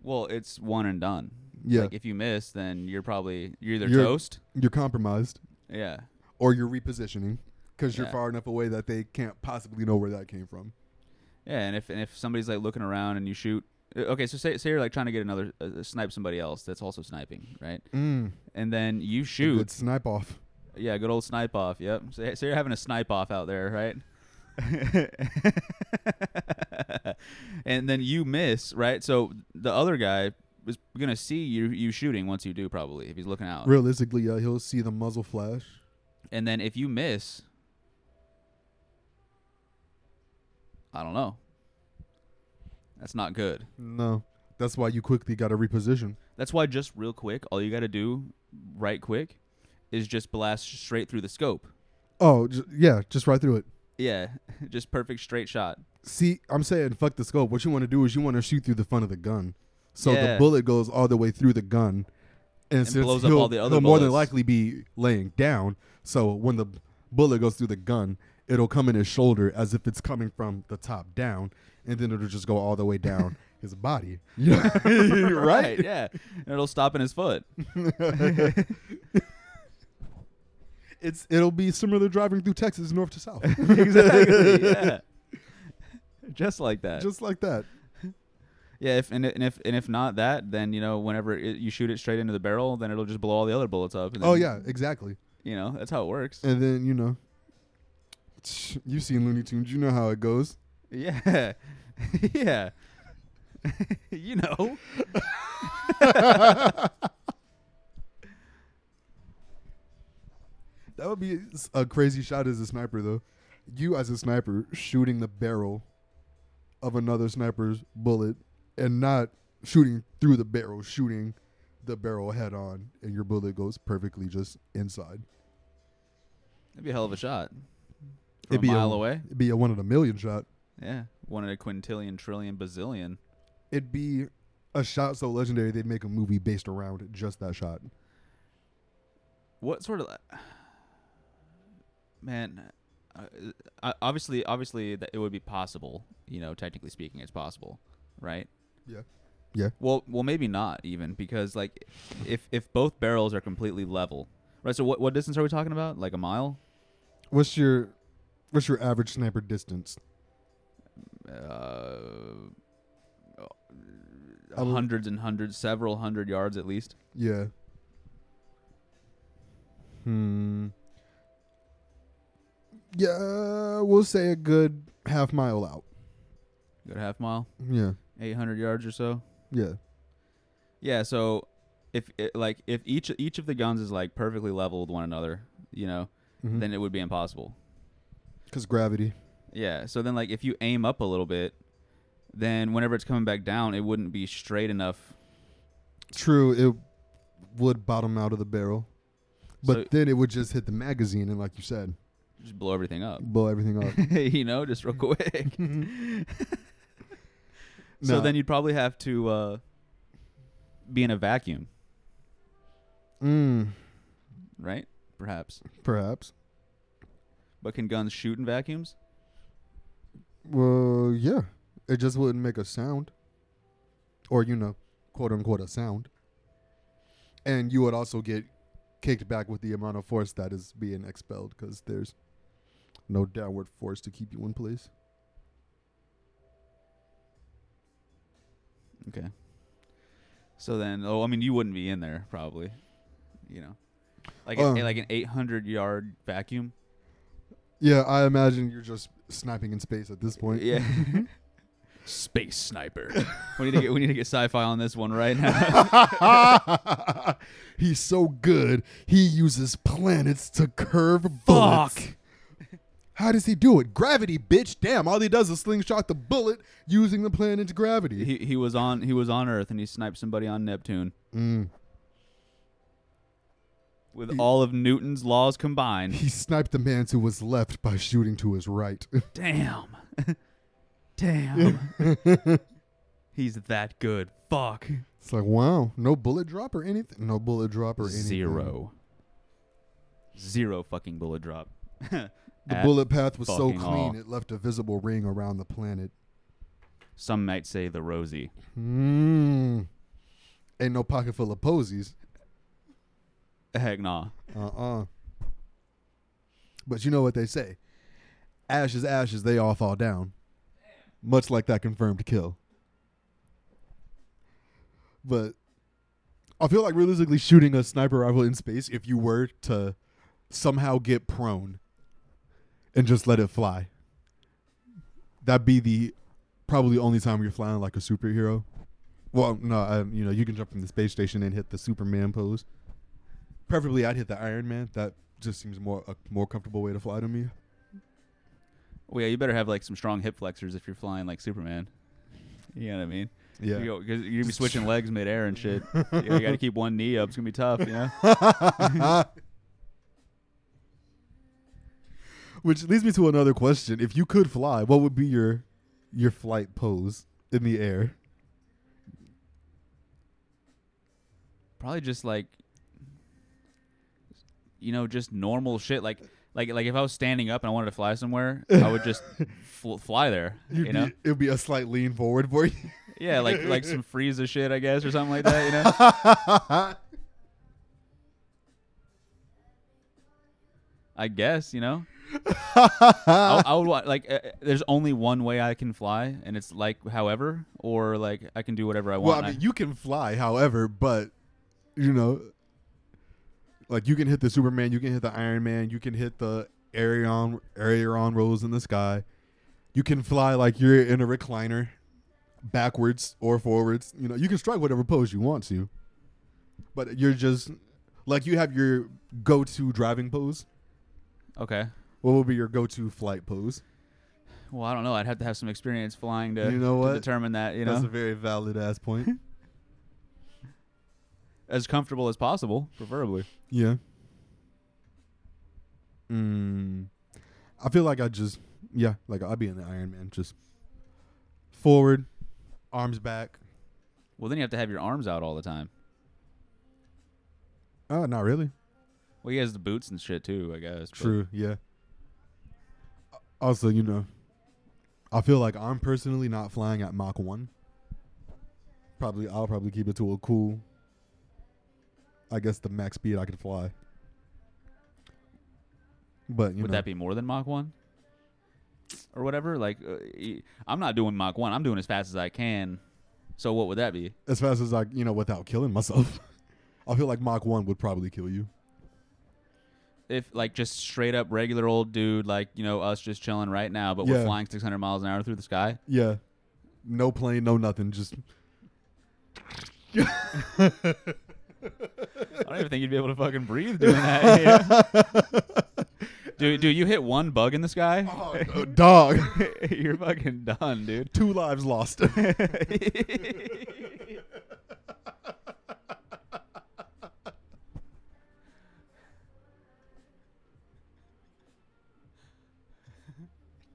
A: Well, it's one and done.
B: Yeah.
A: Like if you miss, then you're probably you're either
B: You're-
A: toast.
B: You're compromised
A: Yeah.
B: or you're repositioning because you're
A: Yeah.
B: far enough away that they can't possibly know where that came from.
A: Yeah, and if and if somebody's like looking around and you shoot. uh, Okay, so say say you're like trying to get another uh, uh, snipe somebody else that's also sniping, right?
B: Mm,
A: And then you
B: a
A: shoot.
B: good snipe off.
A: Yeah, good old snipe off. Yep. So, so you're having a snipe off out there, right? and then you miss, right? So the other guy is gonna see you you shooting once you do, probably if he's looking out.
B: Realistically, uh, he'll see the muzzle flash.
A: And then if you miss, I don't know. That's not good.
B: No, that's why you quickly got to reposition.
A: That's why just real quick, all you gotta do, right quick, is just blast straight through the scope.
B: Oh, j- yeah, just right through it.
A: Yeah, just perfect straight shot.
B: See, I'm saying fuck the scope. What you want to do is you want to shoot through the front of the gun, so the
A: Yeah.
B: bullet goes all the way through the gun, and, since
A: blows up
B: he'll-
A: all the other
B: He'll more than
A: bullets.
B: likely be laying down. So when the bullet goes through the gun, it'll come in his shoulder as if it's coming from the top down, and then it'll just go all the way down his body. Yeah,
A: right? Yeah, and it'll stop in his foot.
B: it's it'll be similar to driving through Texas north to south,
A: exactly. Yeah. Just like that.
B: just like that.
A: yeah. If and, and if and if not that, then you know whenever it, you shoot it straight into the barrel, then it'll just blow all the other bullets up. And then,
B: Oh yeah, exactly.
A: You know that's how it works.
B: And then, you know, you've seen Looney Tunes. You know how it goes.
A: yeah. yeah. you know.
B: That would be a crazy shot as a sniper, though. You, as a sniper, shooting the barrel of another sniper's bullet and not shooting through the barrel, shooting the barrel head on, and your bullet goes perfectly just inside.
A: It'd be a hell of a shot. From
B: It'd be
A: a
B: a-
A: mile away.
B: It'd be a one in a million shot.
A: Yeah. One in a quintillion, trillion, bazillion.
B: It'd be a shot so legendary they'd make a movie based around just that shot.
A: What sort of man? Uh, uh, obviously, obviously, that it would be possible. You know, technically speaking, it's possible, right?
B: Yeah. Yeah.
A: Well, well, maybe not even because like, if if both barrels are completely level, right? So what what distance are we talking about? Like a mile?
B: What's your what's your average sniper distance?
A: Uh,
B: I will-
A: hundreds and hundreds, several hundred yards at least.
B: Yeah. Hmm. Yeah, we'll say a good half mile out.
A: Good half mile,
B: Yeah.
A: eight hundred yards or so.
B: Yeah.
A: Yeah, so if it, like if each each of the guns is like perfectly level with one another, you know, then it would be impossible.
B: Because Mm-hmm. gravity.
A: Yeah. So then like if you aim up a little bit, then whenever it's coming back down, it wouldn't be straight enough.
B: True, it would bottom out of the barrel. But
A: So-
B: then it would just hit the magazine and like you said,
A: Just blow everything up.
B: blow everything up.
A: you know, just real quick. So
B: Nah.
A: then you'd probably have to uh, be in a vacuum,
B: mm,
A: right? Perhaps.
B: perhaps.
A: But can guns shoot in vacuums?
B: Well, yeah. It just wouldn't make a sound. Or, you know, quote unquote, a sound. And you would also get kicked back with the amount of force that is being expelled because there's no downward force to keep you in place.
A: Okay. So then, oh, I mean, you wouldn't be in there probably, you know, like
B: Uh.
A: a, like an 800 yard vacuum.
B: Yeah, I imagine you're just sniping in space at this point. Mm-hmm.
A: Yeah. Space sniper. we need to get we need to get sci-fi on this one right now.
B: He's so good, he uses planets to curve bullets.
A: Fuck.
B: How does he do it? Gravity, bitch. Damn, all he does is slingshot the bullet using the planet's gravity.
A: He he was on he was on Earth and he sniped somebody on Neptune
B: Mm.
A: with all of Newton's laws combined.
B: He sniped the man who was left by shooting to his right.
A: Damn. Damn. He's that good. Fuck.
B: it's like, wow, no bullet drop or anything. No bullet drop or anything.
A: Zero. Zero fucking bullet drop.
B: The
A: At
B: bullet path was so
A: fucking
B: clean
A: all.
B: it left a visible ring around the planet.
A: Some might say the rosy.
B: Mm. Ain't no pocket full of posies.
A: Heck nah.
B: Uh-uh. But you know what they say. Ashes, ashes, they all fall down. Much like that confirmed kill. But I feel like realistically shooting a sniper rifle in space, if you were to somehow get prone and just let it fly, that'd be the probably only time you're flying like a superhero. Well, no, um, you know, you can jump from the space station and hit the Superman pose. Preferably, I'd hit the Iron Man. That just seems more a more comfortable way to fly to me.
A: Well, yeah, you better have like some strong hip flexors if you're flying like Superman. You know what I mean?
B: Yeah.
A: You go, cause you're gonna be switching legs midair and shit. you, know, you gotta keep one knee up. It's gonna be tough, you know?
B: Which leads me to another question: If you could fly, what would be your your flight pose in the air?
A: Probably just like, you know, just normal shit. Like, like, like if I was standing up and I wanted to fly somewhere, I would just fl- fly there.
B: You'd
A: you know?
B: be, it'd be a slight lean forward for you.
A: Yeah, like like some Frieza shit, I guess, or something like that. You know? I guess you know. I, I would wa- like. Uh, there's only one way I can fly, and it's like however, or like I can do whatever I
B: well,
A: want.
B: I mean,
A: I-
B: you can fly, however, but you know, like you can hit the Superman, you can hit the Iron Man, you can hit the Arion Arion rolls in the sky. You can fly like you're in a recliner, backwards or forwards. You know, you can strike whatever pose you want to, but you're just like you have your go-to driving pose.
A: okay.
B: What would be your go-to flight pose?
A: Well, I don't know. I'd have to have some experience flying to,
B: You know
A: to
B: what?
A: determine that. You
B: That's a
A: know,
B: very valid ass point.
A: as comfortable as possible, preferably.
B: Yeah. Mm. I feel like I just yeah, like I'd be in the Iron Man, just forward, arms back.
A: Well, then you have to have your arms out all the time.
B: Oh, not really.
A: Well, he has the boots and shit too, I guess. but-
B: True. Yeah. Uh, Also, you know, I feel like I'm personally not flying at Mach one. Probably, I'll probably keep it to a cool. I guess the max speed I could fly. But you
A: Would
B: know,
A: that be more than Mach one? Or whatever. Like, uh, e- I'm not doing Mach one. I'm doing as fast as I can. So what would that be?
B: as fast as I, you know, without killing myself. I feel like Mach 1 would probably kill you.
A: if like just straight up regular old dude, like you know us just chilling right now, but
B: Yeah.
A: we're flying 600 miles an hour through the sky.
B: Yeah. No plane, no nothing, just
A: I don't even think you'd be able to fucking breathe doing that. Yeah. dude, dude, you hit one bug in the sky,
B: uh, dog.
A: you're fucking done, dude.
B: Two lives lost.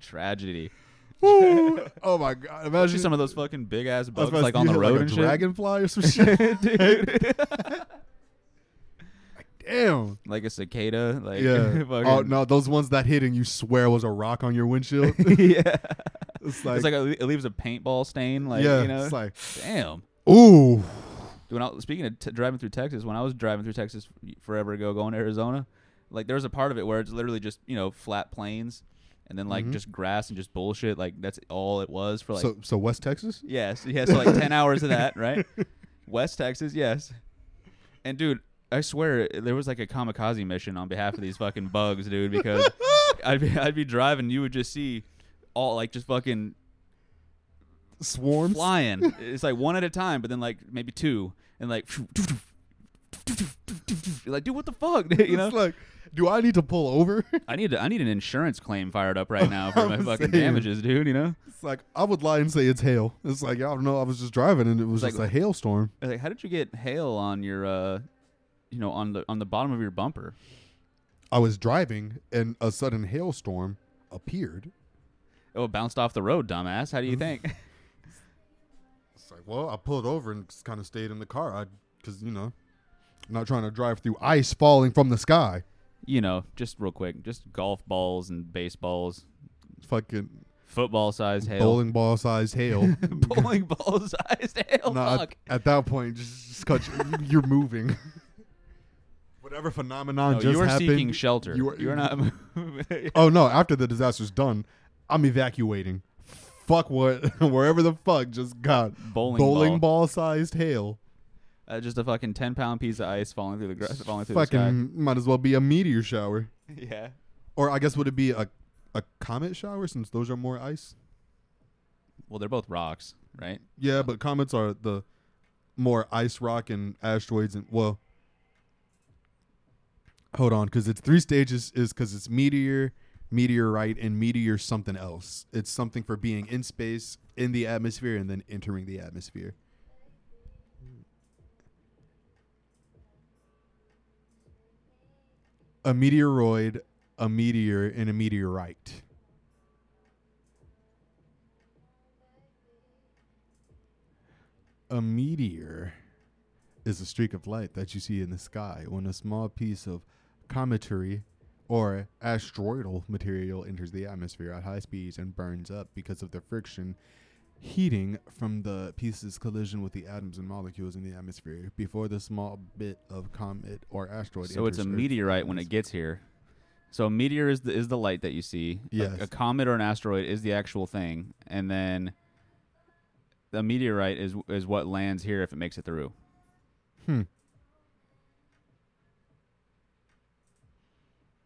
A: Tragedy.
B: Woo. oh my god. Imagine
A: Especially some of those fucking big ass
B: I
A: bugs
B: was about to
A: like
B: say,
A: on
B: you
A: the
B: hit,
A: road
B: like
A: and
B: a
A: shit.
B: dragonfly or some shit.
A: Dude.
B: Damn.
A: like a cicada. Like
B: Yeah.
A: fucking-
B: oh no, those ones that hit and you swear was a rock on your windshield.
A: yeah.
B: it's like,
A: it's like a, it leaves a paintball stain. Like
B: yeah,
A: you know,
B: it's like
A: damn.
B: ooh.
A: Dude, When I, speaking of t- driving through Texas, when I was driving through Texas forever ago, going to Arizona, like there was a part of it where it's literally just you know flat plains, and then like just grass and just bullshit. Like that's all it was for like
B: so so West Texas?
A: yes, yes, so like ten hours of that, right? West Texas, yes. And dude, I swear it- there was like a kamikaze mission on behalf of these fucking bugs, dude, because I'd be I'd be driving, you would just see all like just fucking
B: Swarms?
A: flying. it's like one at a time, but then like maybe two, and like You're like, dude, what the fuck? you know,
B: It's like, do I need to pull over?
A: I need to, I need an insurance claim fired up right now for my
B: I'm
A: fucking
B: saying.
A: damages, dude. You know,
B: it's like I would lie and say it's hail. It's like I don't know. I was just driving and it was
A: It's
B: just
A: like-
B: a hailstorm.
A: I was like, how did you get hail on your, uh, you know, on the on the bottom of your bumper?
B: I was driving and a sudden hailstorm appeared.
A: Oh, it bounced off the road, dumbass. How
B: Mm.
A: do you think?
B: It's like, well, I pulled over and just kind of stayed in the car. I because you know, I'm not trying to drive through ice falling from the sky.
A: you know, just real quick, just golf balls and baseballs,
B: Fucking
A: football sized hail,
B: bowling ball sized hail.
A: bowling ball sized hail.
B: No, at,
A: Oh, fuck.
B: at that point, just, just cut. You're moving. Whatever phenomenon
A: No,
B: just
A: you are
B: happened.
A: seeking shelter.
B: you are-
A: You're not.
B: oh no! After the disaster's done, I'm evacuating. Fuck what? Wherever the fuck just got
A: Bowling ball.
B: ball sized hail.
A: uh, just a fucking ten pound piece of ice falling through the gr- falling through
B: Fucking might as well be a meteor shower,
A: the sky. Yeah.
B: or I guess would it be a a comet shower since those are more ice?
A: Well, they're both rocks, right?
B: Yeah, but comets are the more ice rock and asteroids and well. Hold on, because it's three stages is because it's meteor, meteorite, and meteor something else. It's something for being in space, in the atmosphere, and then entering the atmosphere. A meteoroid, a meteor, and a meteorite. A meteor is a streak of light that you see in the sky when a small piece of cometary or asteroidal material enters the atmosphere at high speeds and burns up because of the friction heating from the piece's collision with the atoms and molecules in the atmosphere before the small bit of comet or asteroid
A: So it's a
B: enters Earth.
A: meteorite when it gets here. So a meteor is the is the light that you see. A-
B: Yes.
A: A, comet or an asteroid is the actual thing, and then a meteorite is is what lands here if it makes it through.
B: Hmm.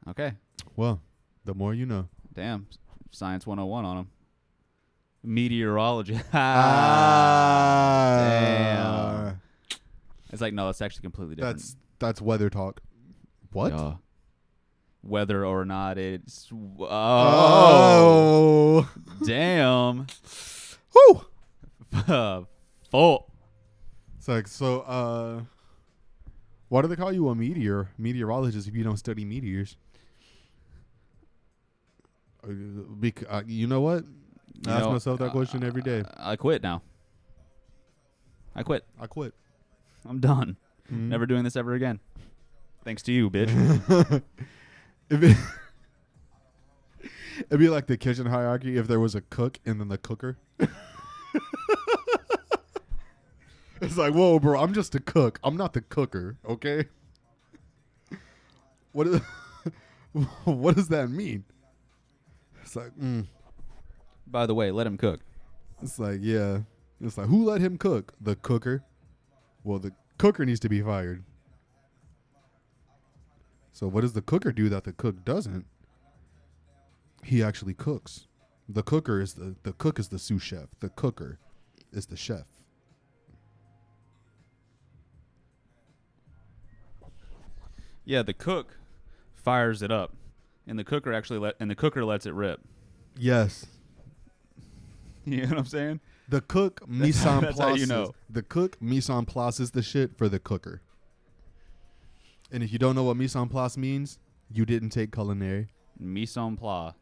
A: Okay.
B: Well, the more you know.
A: Damn. Science 101 on them. Meteorology.
B: Ah.
A: Damn. It's like no, that's actually completely different.
B: That's that's weather talk. What?
A: Yeah. Whether or not it's oh,
B: Oh.
A: damn
B: Woo.
A: full.
B: It's like so. Uh, why do they call you a meteor meteorologist if you don't study meteors? Uh, bec- uh, you know what? I
A: You
B: ask
A: know,
B: myself that
A: uh,
B: question every day.
A: I quit now. I quit.
B: I quit.
A: I'm done.
B: Mhm.
A: Never doing this ever again. Thanks to you, bitch.
B: If it, it'd be like the kitchen hierarchy if there was a cook and then the cooker. it's like, whoa, bro, I'm just a cook. I'm not the cooker, okay? What, is, what does that mean? It's like, mm,
A: By the way, let him cook.
B: it's like, yeah. It's like, who let him cook? The cooker. Well, the cooker needs to be fired. So, what does the cooker do that the cook doesn't? He actually cooks. The cooker is the the cook is the sous chef. The cooker is the chef.
A: Yeah, the cook fires it up, and the cooker actually let and the cooker lets it rip.
B: Yes.
A: You know what I'm saying?
B: The cook mise en
A: that's how
B: place.
A: you
B: is-
A: know.
B: The cook mise en place is the shit for the cooker. And if you don't know what mise en place means, you didn't take culinary.
A: Mise en place.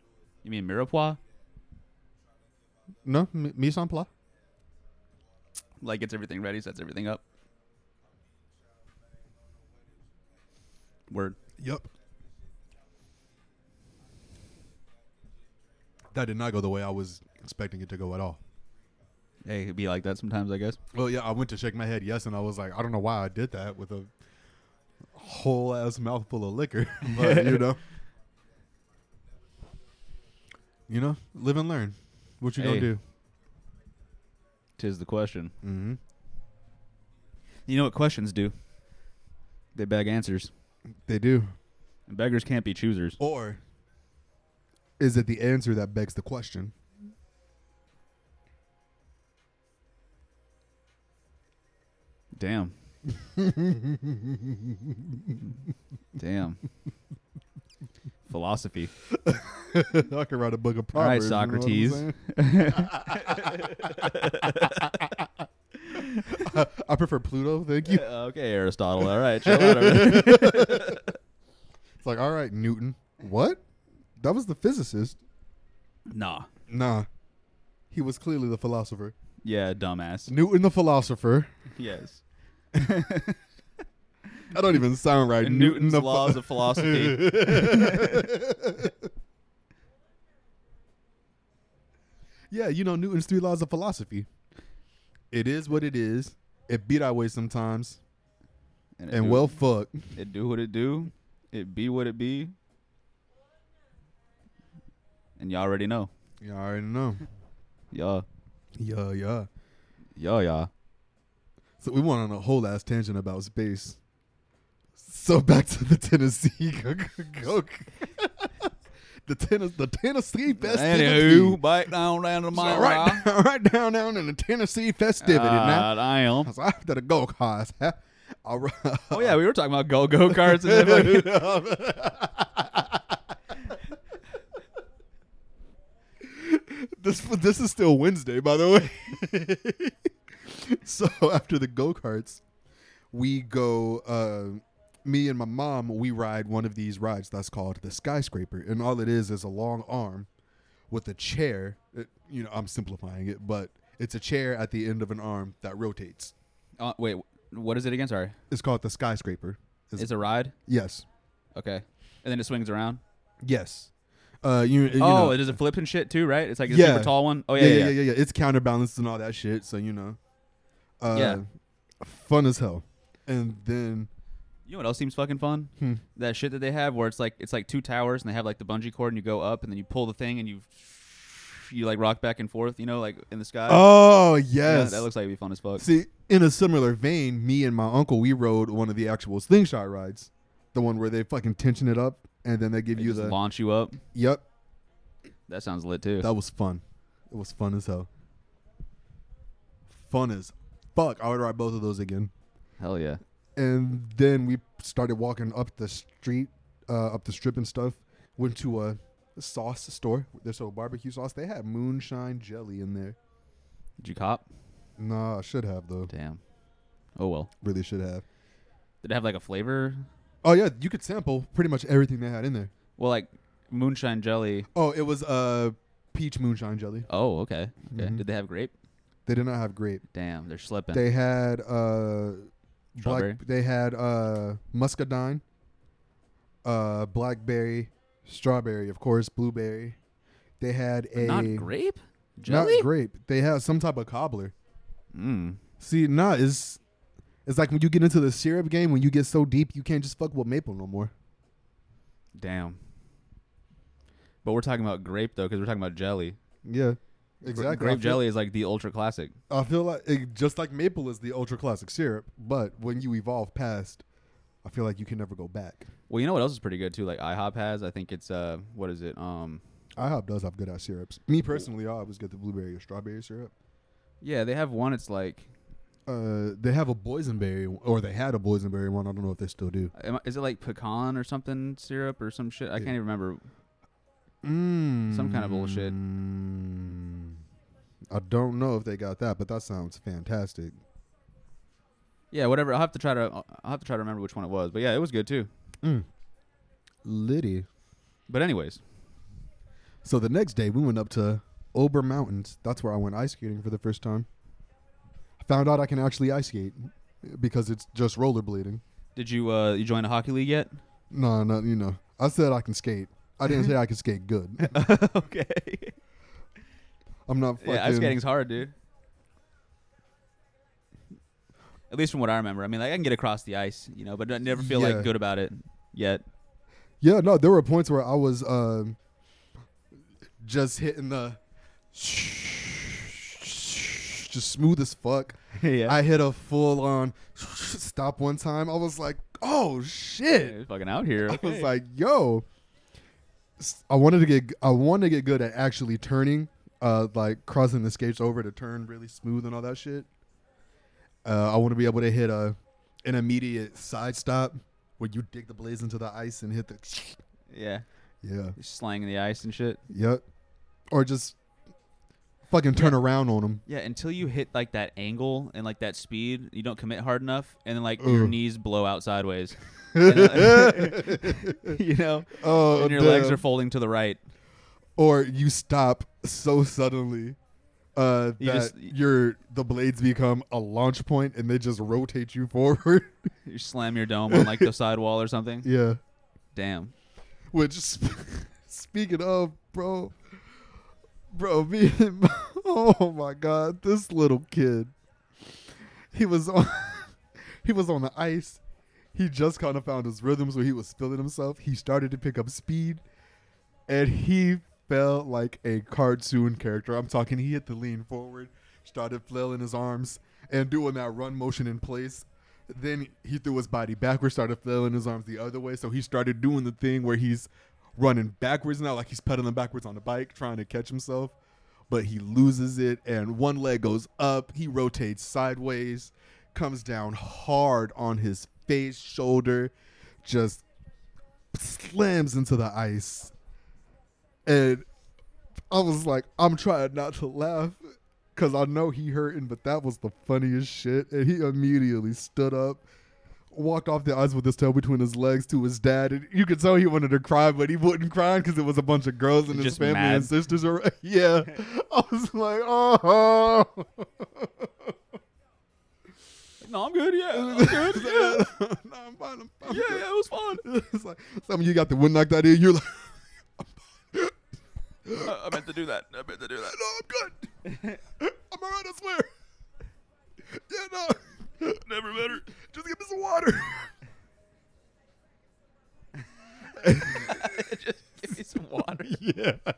A: You mean mirepoix?
B: No, mi- mise en place.
A: Like gets everything ready, sets everything up. Word.
B: Yep. That did not go the way I was expecting it to go at all.
A: Hey, it'd be like that sometimes, I guess.
B: Well, yeah, I went to shake my head yes, and I was like, I don't know why I did that with a whole ass mouthful of liquor, but you know, you know, live and learn. What you
A: Hey.
B: gonna do?
A: Tis the question.
B: Mm-hmm.
A: You know what questions do? They beg answers.
B: They do,
A: And beggars can't be choosers.
B: or is it the answer that begs the question?
A: Damn. Damn. Philosophy.
B: I could write a book of
A: All right,
B: proverbs. you know what I'm
A: Socrates.
B: saying? I prefer Pluto. Thank you.
A: Uh, okay, Aristotle. All right, chill out. already.
B: It's like, all right, Newton. What? That was the physicist.
A: nah.
B: Nah. He was clearly the philosopher.
A: Yeah, dumbass.
B: Newton the philosopher.
A: Yes.
B: That don't even sound right.
A: And
B: Newton
A: Newton's
B: the
A: laws
B: phi-
A: of philosophy.
B: Yeah, you know Newton's three laws of philosophy. It is what it is. It beat our way sometimes.
A: it
B: And
A: do-
B: well fuck.
A: it do what it do, it be what it be, and y'all already know,
B: You already know.
A: y'all,
B: Yeah, yeah.
A: y'all, y'all.
B: So we went on a whole ass tangent about space. So back to the Tennessee. go, go, go. the tennis the Tennessee festivity.
A: Anywho, back down down to my
B: So
A: right.
B: right, down, right down down in the Tennessee festivity now.
A: I am.
B: I was like, after the go karts. huh? All right.
A: Uh, Oh yeah, we were talking about go go karts and then like,
B: this this is still Wednesday, by the way. so after the go karts, we go. Uh, me and my mom, we ride one of these rides that's called the skyscraper, and all it is is a long arm with a chair. It- you know, I'm simplifying it, but it's a chair at the end of an arm that rotates.
A: uh, wait, what is it again? Sorry,
B: It's called the skyscraper. Is-
A: it's a ride.
B: Yes,
A: Okay, and then it swings around.
B: yes. Uh, you. you
A: oh,
B: know,
A: it is a flip and shit too, right? It's like a
B: Yeah.
A: super tall one. Oh yeah,
B: yeah,
A: yeah,
B: yeah, yeah, yeah, It's counterbalanced and all that shit. So you know, uh,
A: Yeah.
B: fun as hell. And then
A: You know what else seems fucking fun?
B: Hmm.
A: That shit that they have where it's like it's like two towers and they have like the bungee cord and you go up and then you pull the thing and you you like rock back and forth, you know, like in the sky.
B: oh
A: Uh, Yeah,
B: yes,
A: that looks like it'd be fun as fuck.
B: see. In a similar vein, me and my uncle we rode one of the actual slingshot rides, the one where they fucking tension it up and then they give
A: They
B: you
A: just
B: the
A: launch you up.
B: yep.
A: That sounds lit too.
B: That was fun. It was fun as hell. Fun as fuck. I would ride both of those again.
A: Hell yeah.
B: and then we started walking up the street, uh, up the strip and stuff. Went to a sauce store. There's a barbecue sauce. They had moonshine jelly in there.
A: Did you cop?
B: Nah, I should have though.
A: Damn. Oh well.
B: Really should have.
A: Did it have like a flavor?
B: Oh yeah, you could sample pretty much everything they had in there.
A: Well, like moonshine jelly.
B: Oh, it was uh peach moonshine jelly.
A: Oh, okay. Okay.
B: Mhm.
A: Did they have grape?
B: They did not have grape.
A: Damn, they're slipping.
B: They had uh
A: Strawberry.
B: black. They had uh muscadine, uh blackberry, strawberry, of course, blueberry. They had a
A: Not grape? Jelly?
B: Not grape. They have some type of cobbler.
A: mm.
B: See, nah, it's it's like when you get into the syrup game, when you get so deep, you can't just fuck with maple no more.
A: Damn. But we're talking about grape though, because we're talking about jelly.
B: Yeah,
A: Gr-
B: exactly. I
A: Grape
B: feel-
A: jelly is like the ultra classic.
B: I feel like it, just like maple is the ultra classic syrup, but when you evolve past, I feel like you can never go back.
A: Well, you know what else is pretty good too? Like IHOP has. I think it's uh, what is it? Um,
B: IHOP does have good ass syrups. Me personally, I always get the blueberry or strawberry syrup.
A: yeah, they have one. It's like,
B: Uh, they have a boysenberry, or they had a boysenberry one. I don't know if they still do.
A: am I- is it like pecan or something syrup or some shit? I
B: Yeah.
A: can't even remember.
B: Mm.
A: Some kind of bullshit.
B: I don't know if they got that, but that sounds fantastic.
A: Yeah, whatever. I'll have to try to. I'll I'll have to try to remember which one it was. But yeah, it was good too. Mm.
B: Liddy.
A: But anyways,
B: So the next day, we went up to Ober Mountains. That's where I went ice skating for the first time. I found out I can actually ice skate because it's just rollerblading.
A: did you uh you join a hockey league yet?
B: No, no, you know, I said I can skate. I didn't say I could skate good.
A: okay.
B: I'm not fucking.
A: Yeah, ice skating's hard, dude. At least from what I remember. I mean, like I can get across the ice, you know, but I never feel
B: Yeah.
A: like good about it yet.
B: Yeah, no, there were points where I was um, just hitting the just smooth as fuck.
A: yeah.
B: I hit a full on stop one time. I was like, oh shit.
A: Yeah, fucking out here.
B: I was
A: okay.
B: like, yo. S- I wanted to get I wanted to get good at actually turning, uh like crossing the skates over to turn really smooth and all that shit. Uh I want to be able to hit a an immediate side stop where you dig the blades into the ice and hit the.
A: Yeah,
B: Yeah.
A: slanging the ice and shit.
B: Yep. Or just fucking turn around on them.
A: Yeah, until you hit like that angle and like that speed, you don't commit hard enough, and then like your
B: Ugh.
A: knees blow out sideways. And- you know,
B: Oh,
A: and your legs
B: damn.
A: are folding to the right.
B: or you stop so suddenly uh,
A: You
B: that
A: just-
B: your the blades become a launch point and they just rotate you forward.
A: You slam your dome on like the sidewall or something.
B: yeah.
A: Damn.
B: Which sp- speaking of, bro, bro, me and my, oh my god, this little kid, he was on, he was on the ice. He just kind of found his rhythms where he was feeling himself. He started to pick up speed, and he felt like a cartoon character. I'm talking. He had to lean forward, started flailing his arms and doing that run motion in place. Then he threw his body backwards, started flailing his arms the other way. So he started doing the thing where he's running backwards now, like he's pedaling backwards on the bike, trying to catch himself. But he loses it, and one leg goes up. He rotates sideways, comes down hard on his face, shoulder, just slams into the ice. And I was like, I'm trying not to laugh because I know he hurting, but that was the funniest shit. And he immediately stood up, walked off the ice with his tail between his legs to his dad. And you could tell he wanted to cry, but he wouldn't cry because it was a bunch of girls and his
A: Just
B: family
A: mad.
B: and sisters. Are, yeah. I was like, oh.
A: No, I'm good. Yeah, I'm good. Yeah,
B: No, I'm fine, I'm fine.
A: yeah, yeah, it was fun.
B: it's like, some of you got the wind knocked out of you. You're like,
A: I, I meant to do that. I meant to do that.
B: no, I'm good. I'm all right, I swear. Yeah, no. Never better. Just give me some water.
A: Just give me some water.
B: yeah.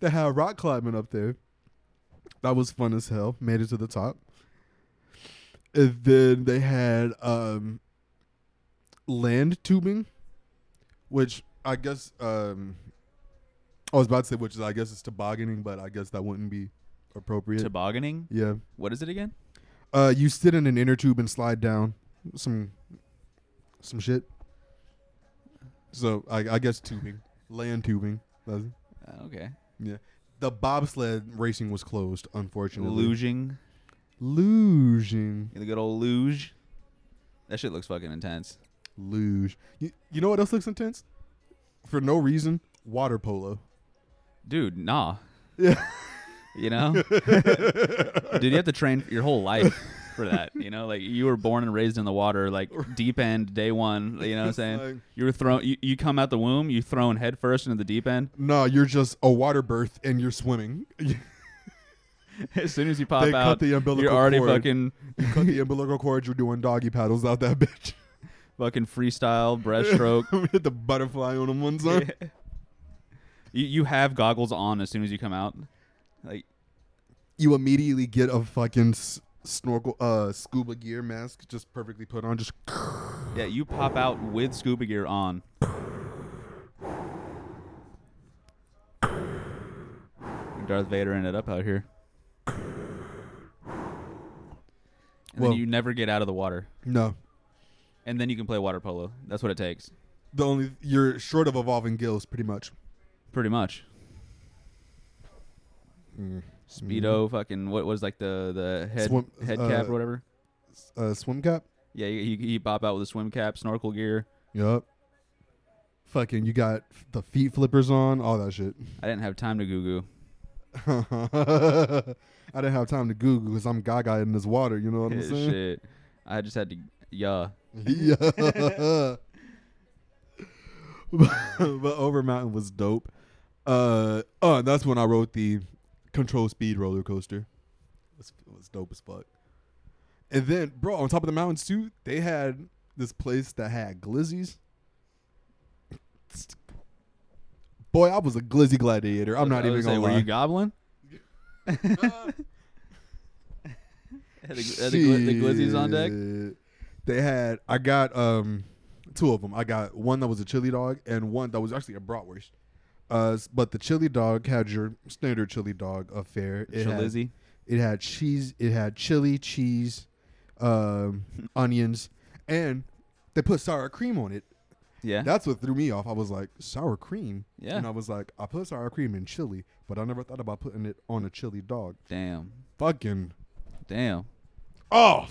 B: they had rock climbing up there. That was fun as hell. Made it to the top. And then they had um, land tubing, which I guess um, I was about to say, which is I guess it's tobogganing, but I guess that wouldn't be appropriate.
A: Tobogganing.
B: yeah.
A: What is it again?
B: Uh, you sit in an inner tube and slide down some some shit. So I, I guess tubing, land tubing. That's it.
A: Uh, okay.
B: Yeah. The bobsled racing was closed, unfortunately.
A: Luging.
B: Luging.
A: The good old luge. That shit looks fucking intense.
B: Luge. You, you know what else looks intense? For no reason, water polo.
A: Dude, nah.
B: Yeah.
A: You know? Dude, you have to train your whole life for that. You know, like you were born and raised in the water, like deep end, day one. You know what I'm
B: It's
A: saying?
B: like-
A: you were thrown, you, you come out the womb, you thrown head first into the deep end.
B: No, you're just a water birth and you're swimming. you
A: As soon as you pop
B: They cut
A: out,
B: the umbilical
A: you're already
B: cord.
A: fucking,
B: cut the umbilical cord, you're doing doggy paddles out that bitch.
A: fucking freestyle, breaststroke.
B: Hit the butterfly on them one side.
A: you, you have goggles on as soon as you come out. Like,
B: You immediately get a fucking s- snorkel, uh, scuba gear mask just perfectly put on. Just
A: yeah, you pop out with scuba gear on. Darth Vader ended up out here. And
B: Well-
A: then you never get out of the water.
B: no.
A: And then you can play water polo. That's what it takes.
B: The only you're short of evolving gills, pretty much.
A: Pretty much. Speedo, fucking, what was like the, the head,
B: Mm-hmm. Swim-
A: head cap
B: uh,
A: or whatever?
B: Uh, swim cap.
A: Yeah, he, he, he pop out with a swim cap, snorkel gear.
B: Yup. Fucking, you got the feet flippers on, all that shit.
A: I didn't have time to goo goo.
B: I didn't have time to Google because I'm gaga in this water. You know what I'm
A: Yeah,
B: saying?
A: Shit. I just had to, yeah.
B: yeah. but, but Over Mountain was dope. Uh, oh, and that's when I wrote the control speed roller coaster. It was, it was dope as fuck. And then, bro, on top of the mountains too, they had this place that had glizzies. Boy, I was a glizzy gladiator. I'm not
A: I
B: even
A: was say,
B: gonna
A: Were
B: lie.
A: you goblin? Had the, had the, gl- the glizzies on deck.
B: Shit. They had. I got um two of them. I got one that was a chili dog and one that was actually a bratwurst. Uh, s- but the chili dog had your standard chili dog affair. It had,
A: Chalizzy.
B: it had cheese. It had chili, cheese, um, onions, and they put sour cream on it.
A: Yeah.
B: That's what threw me off. I was like, sour cream.
A: Yeah.
B: And I was like, I put sour cream in chili, but I never thought about putting it on a chili dog.
A: Damn.
B: Fucking
A: Damn.
B: oh!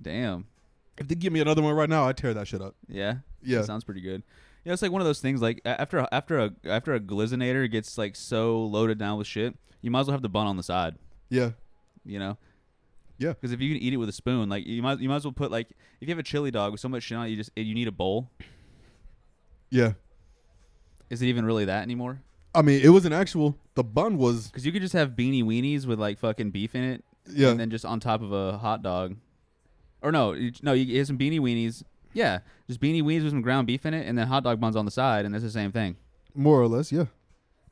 A: Damn.
B: If they give me another one right now, I tear that shit up.
A: Yeah.
B: Yeah.
A: That sounds pretty good. Yeah, it's like one of those things. Like a- after a, after a after a glizzinator gets like so loaded down with shit, you might as well have the bun on the side.
B: Yeah.
A: You know.
B: Yeah.
A: Because if you can eat it with a spoon, like you might you might as well put like if you have a chili dog with so much shit on it, you just you need a bowl.
B: Yeah.
A: Is it even really that anymore?
B: I mean, it was an actual. The bun was
A: Because you could just have beanie weenies with like fucking beef in it,
B: yeah.
A: and then just on top of a hot dog, or no, you- no, you get some beanie weenies. Yeah, just beanie weenies with some ground beef in it, and then hot dog buns on the side, and that's the same thing
B: more or less, yeah.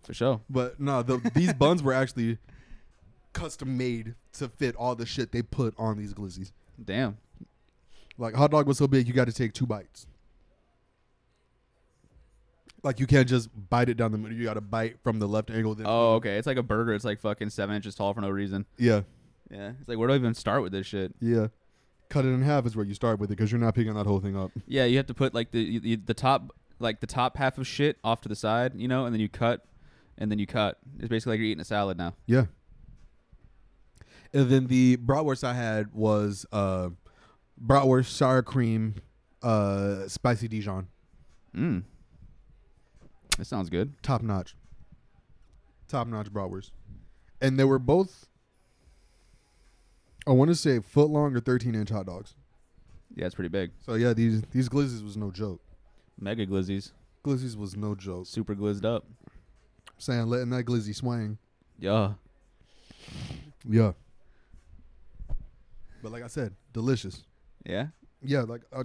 A: for sure.
B: But no, the, these buns were actually custom made to fit all the shit they put on these glizzies.
A: Damn.
B: Like hot dog was so big, you got to take two bites. Like you can't just bite it down the middle. You got to bite from the left angle. Then
A: Oh, okay. It's like a burger. It's like fucking seven inches tall for no reason.
B: yeah,
A: Yeah. It's like where do I even start with this shit?
B: yeah. Cut it in half is where you start with it because you're not picking that whole thing up.
A: Yeah, you have to put like the you, you- the top like the top half of shit off to the side, you know, and then you cut, and then you cut. It's basically like you're eating a salad now.
B: Yeah. And then the bratwurst I had was uh, bratwurst, sour cream, uh, spicy Dijon,
A: Mm. That sounds good.
B: top notch, top notch bratwurst, and they were both. I want to say foot long or thirteen inch hot dogs.
A: Yeah, it's pretty big.
B: So yeah, these these glizzies was no joke.
A: Mega glizzies,
B: Glizzies was no joke.
A: super glizzed up.
B: Saying letting that glizzy swing.
A: Yeah.
B: Yeah. But like I said, delicious.
A: Yeah.
B: Yeah, like I,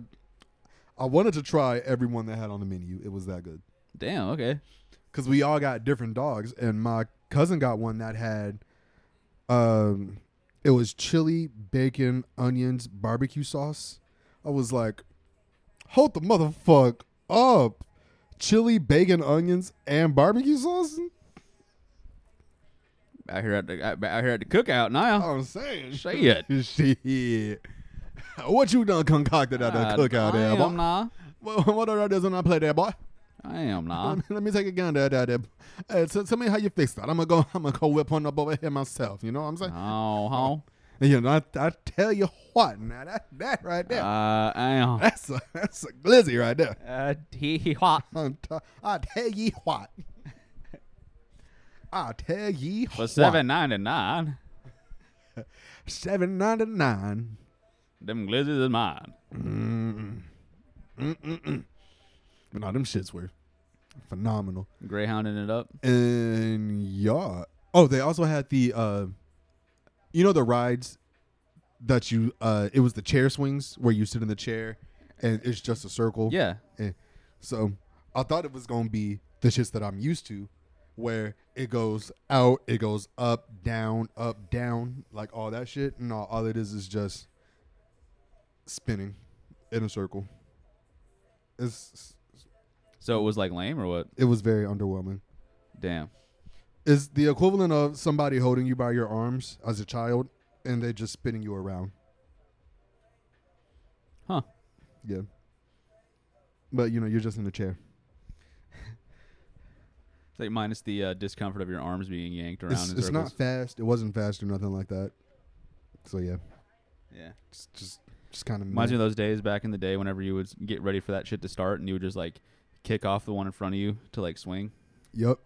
B: I wanted to try everyone that had on the menu. It was that good.
A: Damn. Okay.
B: Cause we all got different dogs, and my cousin got one that had, um, it was chili, bacon, onions, barbecue sauce. I was like, hold the motherfuck up, chili, bacon, onions, and barbecue sauce.
A: Out here at the out out here at the cookout now.
B: I'm saying.
A: Shit.
B: Shit. What you done concocted at that Oh, cookout
A: Uh, I
B: there,
A: am
B: boy?
A: nah.
B: What, what are those when I play there, boy?
A: I am nah.
B: Let me take a gun at that. Hey, t- tell me how you fix that. I'm gonna go. I'm gonna go whip one up over here myself. You know what I'm saying?
A: Oh, huh?
B: And, You know, I, I tell you what. Now that that right there,
A: Uh, I am.
B: that's a that's a glizzy right there.
A: Uh, hee hee hot.
B: I'm t- I tell ye what. I tell ye
A: For
B: what.
A: seven ninety nine,
B: seven ninety nine.
A: them glizzies is mine.
B: But no, them shits were phenomenal.
A: Greyhounding it up.
B: And yeah. Oh, they also had the uh you know the rides that you uh it was the chair swings where you sit in the chair and it's just a circle.
A: Yeah.
B: And so I thought it was gonna be the shits that I'm used to where it goes out, it goes up, down, up, down, like all that shit. No, all it is is just spinning in a circle. It's
A: So it was like lame or what?
B: it was very underwhelming.
A: Damn.
B: is the equivalent of somebody holding you by your arms as a child and they just spinning you around.
A: Huh.
B: Yeah. But you know, you're just in a chair.
A: It's like minus the uh, discomfort of your arms being yanked around
B: It's,
A: in
B: it's
A: circles.
B: not fast. It wasn't fast or nothing like that. So yeah,
A: yeah.
B: it's just just kind of
A: Reminds me of those days back in the day whenever you would s- get ready for that shit to start and you would just like kick off the one in front of you to like swing.
B: Yep.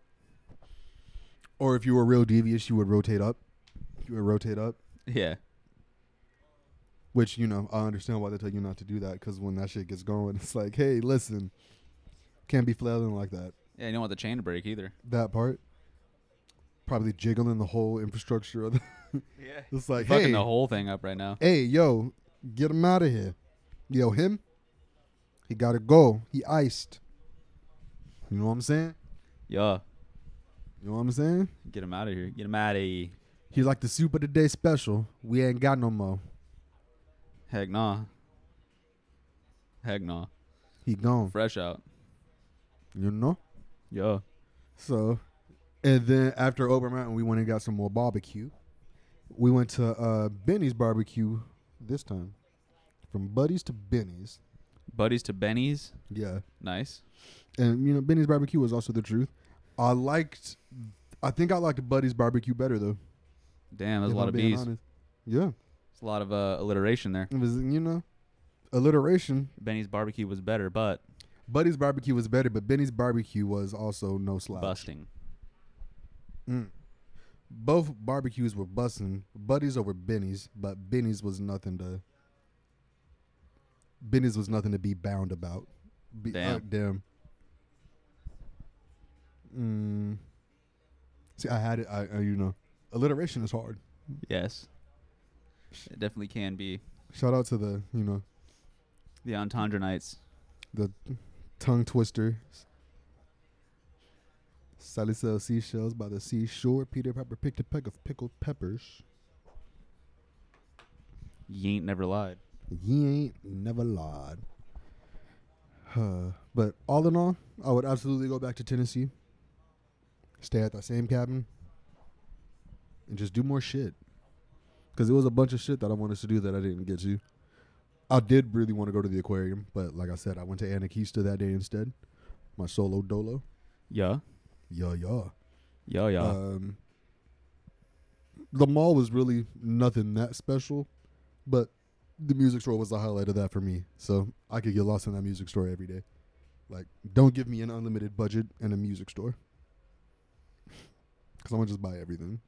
B: Or if you were real devious, you would rotate up. You would rotate up,
A: Yeah.
B: which you know I understand why they tell you not to do that because when that shit gets going, it's like, hey, listen, can't be flailing like that.
A: Yeah, you don't want the chain to break either.
B: that part. Probably jiggling the whole infrastructure of the.
A: Yeah.
B: It's like,
A: Fucking
B: hey,
A: the whole thing up right now.
B: hey, yo, get him out of here. Yo, him, he gotta go. He iced. You know what I'm saying?
A: Yeah.
B: You know what I'm saying?
A: Get him out of here. Get him out of here.
B: He like the soup of the day special. We ain't got no more.
A: Heck nah. Heck nah.
B: He gone.
A: Fresh out.
B: You know?
A: Yeah.
B: So, and then after Ober Mountain, we went and got some more barbecue. We went to uh, Benny's barbecue this time, from Buddy's to Benny's.
A: Buddies to Benny's.
B: Yeah,
A: Nice.
B: and you know Benny's barbecue was also the truth. I liked, I think I liked Buddy's barbecue better though.
A: Damn, that's
B: if
A: a lot
B: I'm
A: of
B: being
A: B's.
B: honest. Yeah,
A: It's a lot of uh, alliteration there.
B: it was you know, alliteration.
A: Benny's barbecue was better, but
B: Buddy's barbecue was better, but Benny's barbecue was also no slouch.
A: busting.
B: Mm. Both barbecues were busting. Buddies over Benny's, but Benny's was nothing to. Benny's was nothing to be bound about. Be,
A: Damn.
B: uh, damn. Mm. See, I had it. I, I you know, alliteration is hard.
A: Yes. It definitely can be.
B: Shout out to the you know
A: The entendre nights.
B: the tongue twister. Sally sells seashells by the seashore. Peter Piper picked a peck of pickled peppers.
A: You ain't never lied.
B: Ye ain't never lied. Huh. But all in all, I would absolutely go back to Tennessee, stay at that same cabin, and just do more shit. Because it was a bunch of shit that I wanted to do that I didn't get to. I did really want to go to the aquarium, but like I said, I went to Anakista that day instead. My solo dolo.
A: Yeah.
B: Yeah, yeah.
A: Yeah, yeah.
B: Um, the mall was really nothing that special, but the music store was the highlight of that for me. So I could get lost in that music store every day. Like, don't give me an unlimited budget and a music store. Because I'm going to just buy everything.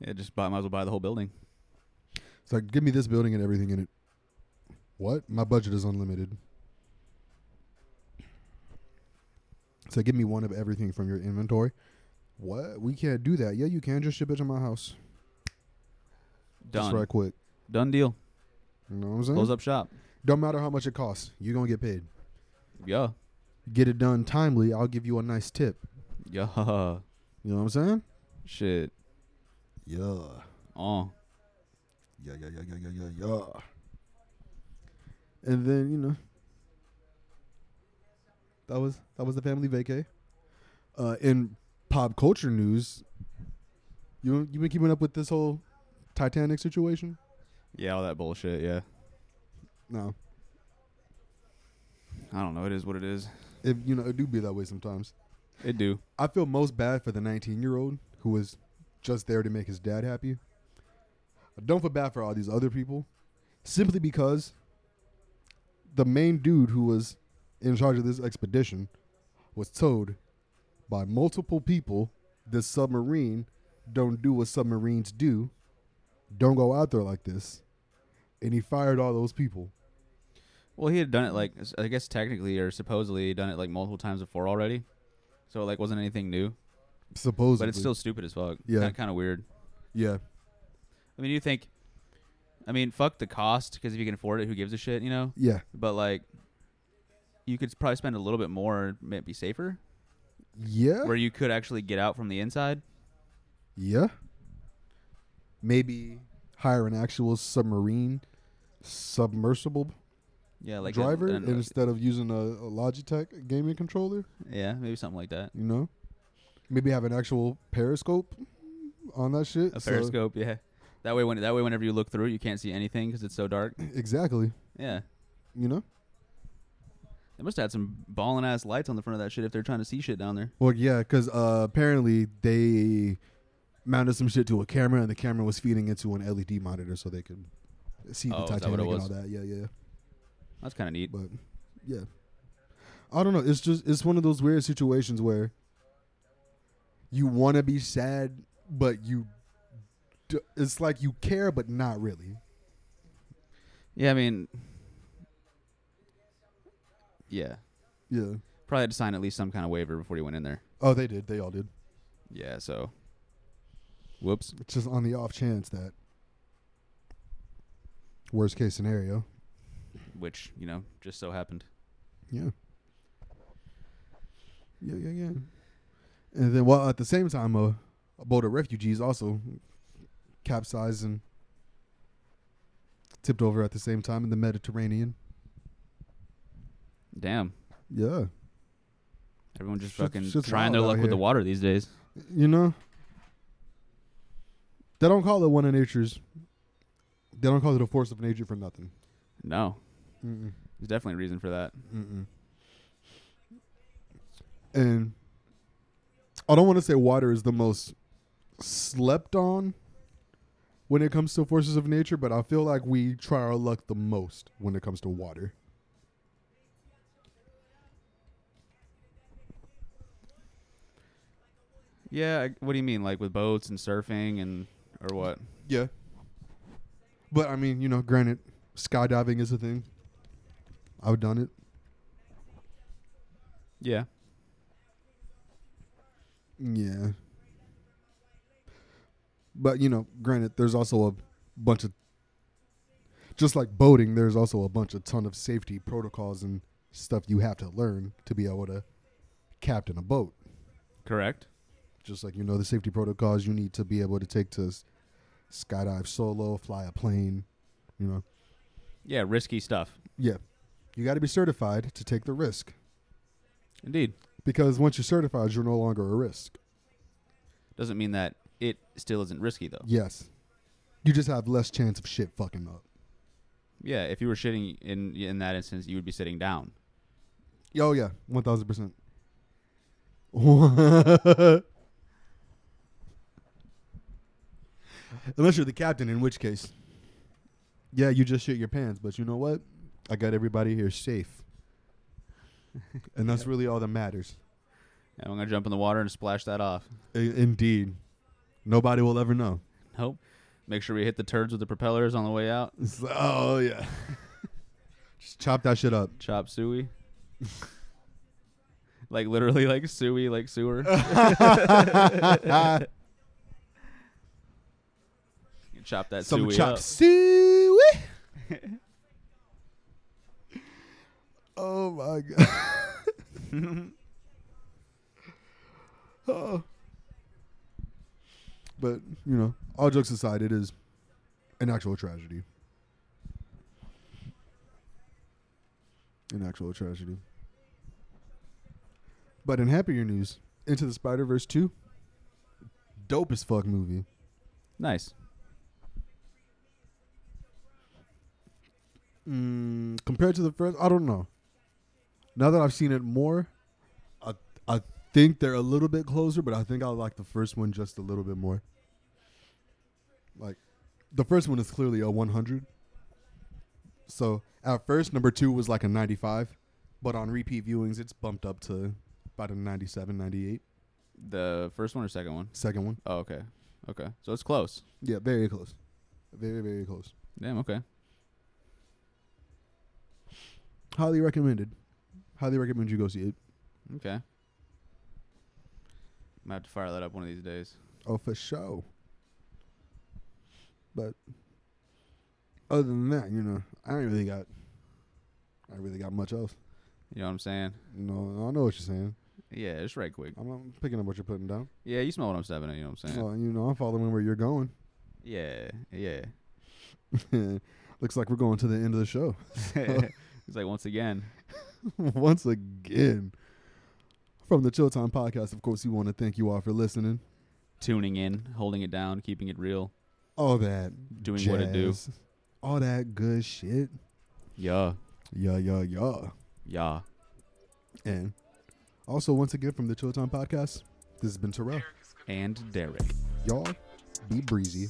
A: yeah, just buy, might as well buy the whole building.
B: It's like, give me this building and everything in it. What? My budget is unlimited. So give me one of everything from your inventory. What? We can't do that. Yeah, you can. Just ship it to my house.
A: Done.
B: Just Mm-hmm. right quick.
A: Done deal.
B: You know what I'm saying?
A: Close up shop.
B: Don't matter how much it costs, you're gonna get paid.
A: Yeah.
B: Get it done timely, I'll give you a nice tip.
A: Yeah.
B: You know what I'm saying?
A: Shit.
B: Yeah.
A: Oh.
B: Yeah, yeah, yeah, yeah, yeah, yeah, yeah. And then, you know. That was that was the family vacay. Uh in pop culture news, you you been keeping up with this whole Titanic situation?
A: Yeah, all that bullshit, yeah.
B: No.
A: I don't know. It is what it is.
B: If you know, it do be that way sometimes.
A: It do.
B: I feel most bad for the 19 year old who was just there to make his dad happy. I don't feel bad for all these other people simply because the main dude who was in charge of this expedition was told by multiple people this submarine don't do what submarines do, don't go out there like this. And he fired all those people.
A: Well, he had done it like I guess technically or supposedly done it like multiple times before already, so it, like wasn't anything new.
B: Supposedly.
A: But it's still stupid as fuck.
B: Yeah.
A: kind of weird.
B: Yeah.
A: I mean, you think, I mean, fuck the cost because if you can afford it, who gives a shit, you know?
B: Yeah.
A: But like, you could probably spend a little bit more, maybe safer,
B: Yeah.
A: where you could actually get out from the inside.
B: Yeah. Maybe hire an actual submarine submersible
A: Yeah, like a-
B: driver
A: an- uh,
B: instead of using a, a Logitech gaming controller,
A: yeah, maybe something like that.
B: you know? Maybe have an actual periscope on that shit.
A: A
B: so-
A: periscope, yeah. That way, when that way, whenever you look through, it, you can't see anything because it's so dark.
B: exactly.
A: Yeah,
B: You know?
A: they must have had some ballin' ass lights on the front of that shit if they're trying to see shit down there.
B: Well, yeah, because uh, apparently they mounted some shit to a camera and the camera was feeding into an LED monitor so they could see
A: Oh,
B: the
A: is that what
B: Titanic
A: it
B: and
A: was?
B: all that. Yeah, yeah.
A: That's kind of neat.
B: But yeah, I don't know. It's just it's one of those weird situations where you want to be sad, but you d- it's like you care, but not really.
A: Yeah, I mean, yeah,
B: Yeah.
A: probably had to sign at least some kind of waiver before you went in there.
B: Oh, they did. They all did.
A: Yeah, so whoops.
B: It's just on the off chance that worst case scenario.
A: Which you know just so happened.
B: Yeah. Yeah, yeah, yeah. And then, well, at the same time, uh, a boat of refugees also capsized and tipped over at the same time in the Mediterranean.
A: Damn.
B: Yeah.
A: Everyone just
B: Shit's-
A: fucking
B: shit's
A: trying
B: wild
A: their
B: out
A: luck with
B: here.
A: the water these days.
B: You know? They don't call it one of nature's. They don't call it a force of nature for nothing.
A: No,
B: Mm-mm.
A: there's definitely a reason for that.
B: Mm-mm. And I don't want to say water is the most slept on when it comes to forces of nature, but I feel like we try our luck the most when it comes to water.
A: Yeah. I- What do you mean, like with boats and surfing and or what?
B: Yeah. But I mean, you know, granted, skydiving is a thing. I've done it.
A: Yeah.
B: Yeah. But you know, granted, there's also a bunch of just like boating, there's also a bunch of ton of safety protocols and stuff you have to learn to be able to captain a boat.
A: Correct.
B: Just like you know the safety protocols you need to be able to take to s- skydive solo, fly a plane, you know.
A: Yeah. Risky stuff.
B: Yeah. You got to be certified to take the risk
A: Indeed.
B: because once you're certified, you're no longer a risk.
A: Doesn't mean that it still isn't risky though.
B: Yes. You just have less chance of shit fucking up.
A: Yeah. If you were shitting in in that instance, you would be sitting down.
B: Oh yeah, one thousand percent. Unless you're the captain, in which case, yeah, you just shit your pants. But you know what? I got everybody here safe, and that's really all that matters.
A: And I'm gonna jump in the water and splash that off.
B: I- indeed, nobody will ever know.
A: Nope. Make sure we hit the turds with the propellers on the way out.
B: It's like, oh yeah, just chop that shit up.
A: Chop suey. like literally, like suey, like sewer. chop that
B: Some
A: suey
B: chop
A: up.
B: suey. oh my god. oh. But you know, all jokes aside, it is an actual tragedy. An actual tragedy. But in happier news, Into the Spider Verse two, dope as fuck movie.
A: Nice.
B: Mm, compared to the first, I don't know. Now that I've seen it more, I I think they're a little bit closer, but I think I like the first one just a little bit more. Like, the first one is clearly a 100. So at first, number two was like a 95, but on repeat viewings, it's bumped up to about a 97, 98.
A: The first one or second one?
B: Second one,
A: Oh, okay. Okay. So it's close.
B: yeah, very close, very very close.
A: Damn, okay.
B: Highly recommended. Highly recommend you go see it.
A: Okay. Might have to fire that up one of these days.
B: Oh, for sure. But other than that, you know, I ain't really got, I ain't really got much else.
A: You know what I'm saying?
B: You know, I know what you're saying.
A: Yeah, just right quick.
B: I'm, I'm picking up what you're putting down.
A: Yeah, you smell what I'm stepping in, you know what I'm saying?
B: So you know, I'm following where you're going.
A: Yeah, yeah.
B: Looks like we're going to the end of the show
A: it's like once again.
B: once again. From the Chill Time podcast, of course, we want to thank you all for listening.
A: Tuning in, holding it down, keeping it real,
B: All that
A: doing what it do.
B: jazz. all that good shit.
A: Yeah.
B: Yeah, yeah, yeah.
A: Yeah.
B: And also, once again, from the Chill Time Podcast, this has been Terrell.
A: And Derek.
B: Y'all be breezy.